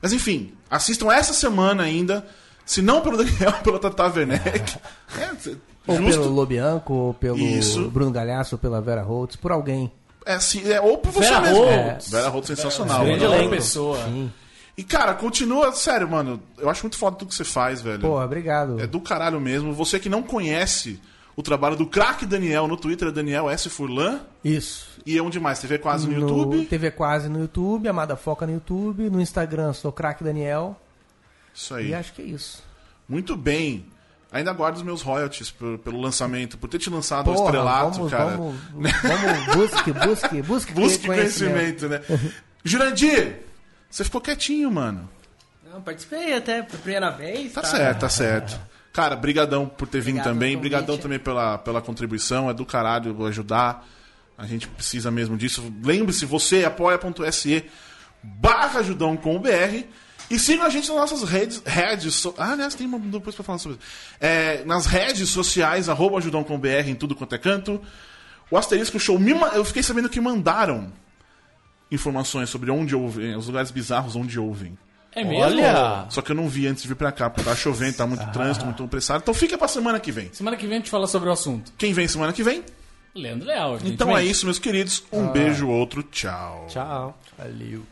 [SPEAKER 3] Mas enfim, assistam essa semana ainda. Se não pelo Daniel, <laughs> pelo Tata
[SPEAKER 5] <laughs>
[SPEAKER 3] Werneck. É, cê-
[SPEAKER 6] Ou pelo
[SPEAKER 3] justo.
[SPEAKER 6] Lobianco, ou pelo
[SPEAKER 3] Isso.
[SPEAKER 6] Bruno Galhaço, ou pela Vera Holtz, por alguém.
[SPEAKER 3] É, se- é, ou por você
[SPEAKER 5] Vera
[SPEAKER 3] mesmo.
[SPEAKER 5] Holtz.
[SPEAKER 6] É.
[SPEAKER 3] Vera Holtz sensacional.
[SPEAKER 4] Grande
[SPEAKER 3] mano.
[SPEAKER 5] Outra
[SPEAKER 4] elenco.
[SPEAKER 5] pessoa.
[SPEAKER 3] E cara, continua, sério, mano. Eu acho muito foda tudo que você faz, velho.
[SPEAKER 6] Pô, obrigado.
[SPEAKER 3] É do caralho mesmo. Você que não conhece o trabalho do craque Daniel no Twitter, é Daniel S. Furlan.
[SPEAKER 6] Isso.
[SPEAKER 3] E é onde mais? TV Quase no, YouTube?
[SPEAKER 6] TV Quase no YouTube, Amada Foca no YouTube, no Instagram sou Crack Daniel.
[SPEAKER 3] Isso aí.
[SPEAKER 6] E acho que é isso.
[SPEAKER 3] Muito bem. Ainda guardo os meus royalties por- pelo lançamento, por ter te lançado o
[SPEAKER 6] Porra,
[SPEAKER 3] estrelato,
[SPEAKER 6] vamos,
[SPEAKER 3] cara.
[SPEAKER 6] Vamos, vamos, busque, busque, busque,
[SPEAKER 3] Busque conhecimento, né?
[SPEAKER 6] <laughs>
[SPEAKER 3] Jurandir, você ficou quietinho, mano.
[SPEAKER 7] Não, participei até por primeira vez.
[SPEAKER 3] Tá certo, tá certo. Cara, brigadão por ter vindo
[SPEAKER 7] Obrigado
[SPEAKER 3] também.
[SPEAKER 7] pelo
[SPEAKER 3] Brigadão
[SPEAKER 7] convite.
[SPEAKER 3] também pela, pela contribuição. É do caralho vou ajudar. A gente precisa mesmo disso. Lembre-se, você é apoia.se barra ajudão com o BR. E sigam a gente nas nossas redes. redes so- Ah, aliás, tem uma depois pra falar sobre isso. É, nas redes sociais, arroba ajudão com o BR em tudo quanto é canto. O Asterisco Show, me ma- eu fiquei sabendo que mandaram informações sobre onde ouvem, os lugares bizarros onde ouvem.
[SPEAKER 5] É mesmo?
[SPEAKER 4] Olha!
[SPEAKER 3] Só que eu não vi antes de vir pra cá, porque tá chovendo, tá muito trânsito, muito apressado. Então fica pra semana que vem.
[SPEAKER 5] Semana que vem a gente fala sobre o assunto.
[SPEAKER 3] Quem vem semana que vem?
[SPEAKER 5] Leandro Leal,
[SPEAKER 3] Então é
[SPEAKER 5] evidentemente.
[SPEAKER 4] Ah.
[SPEAKER 3] isso, meus queridos. Um beijo, outro. Tchau.
[SPEAKER 4] Tchau.
[SPEAKER 6] Valeu.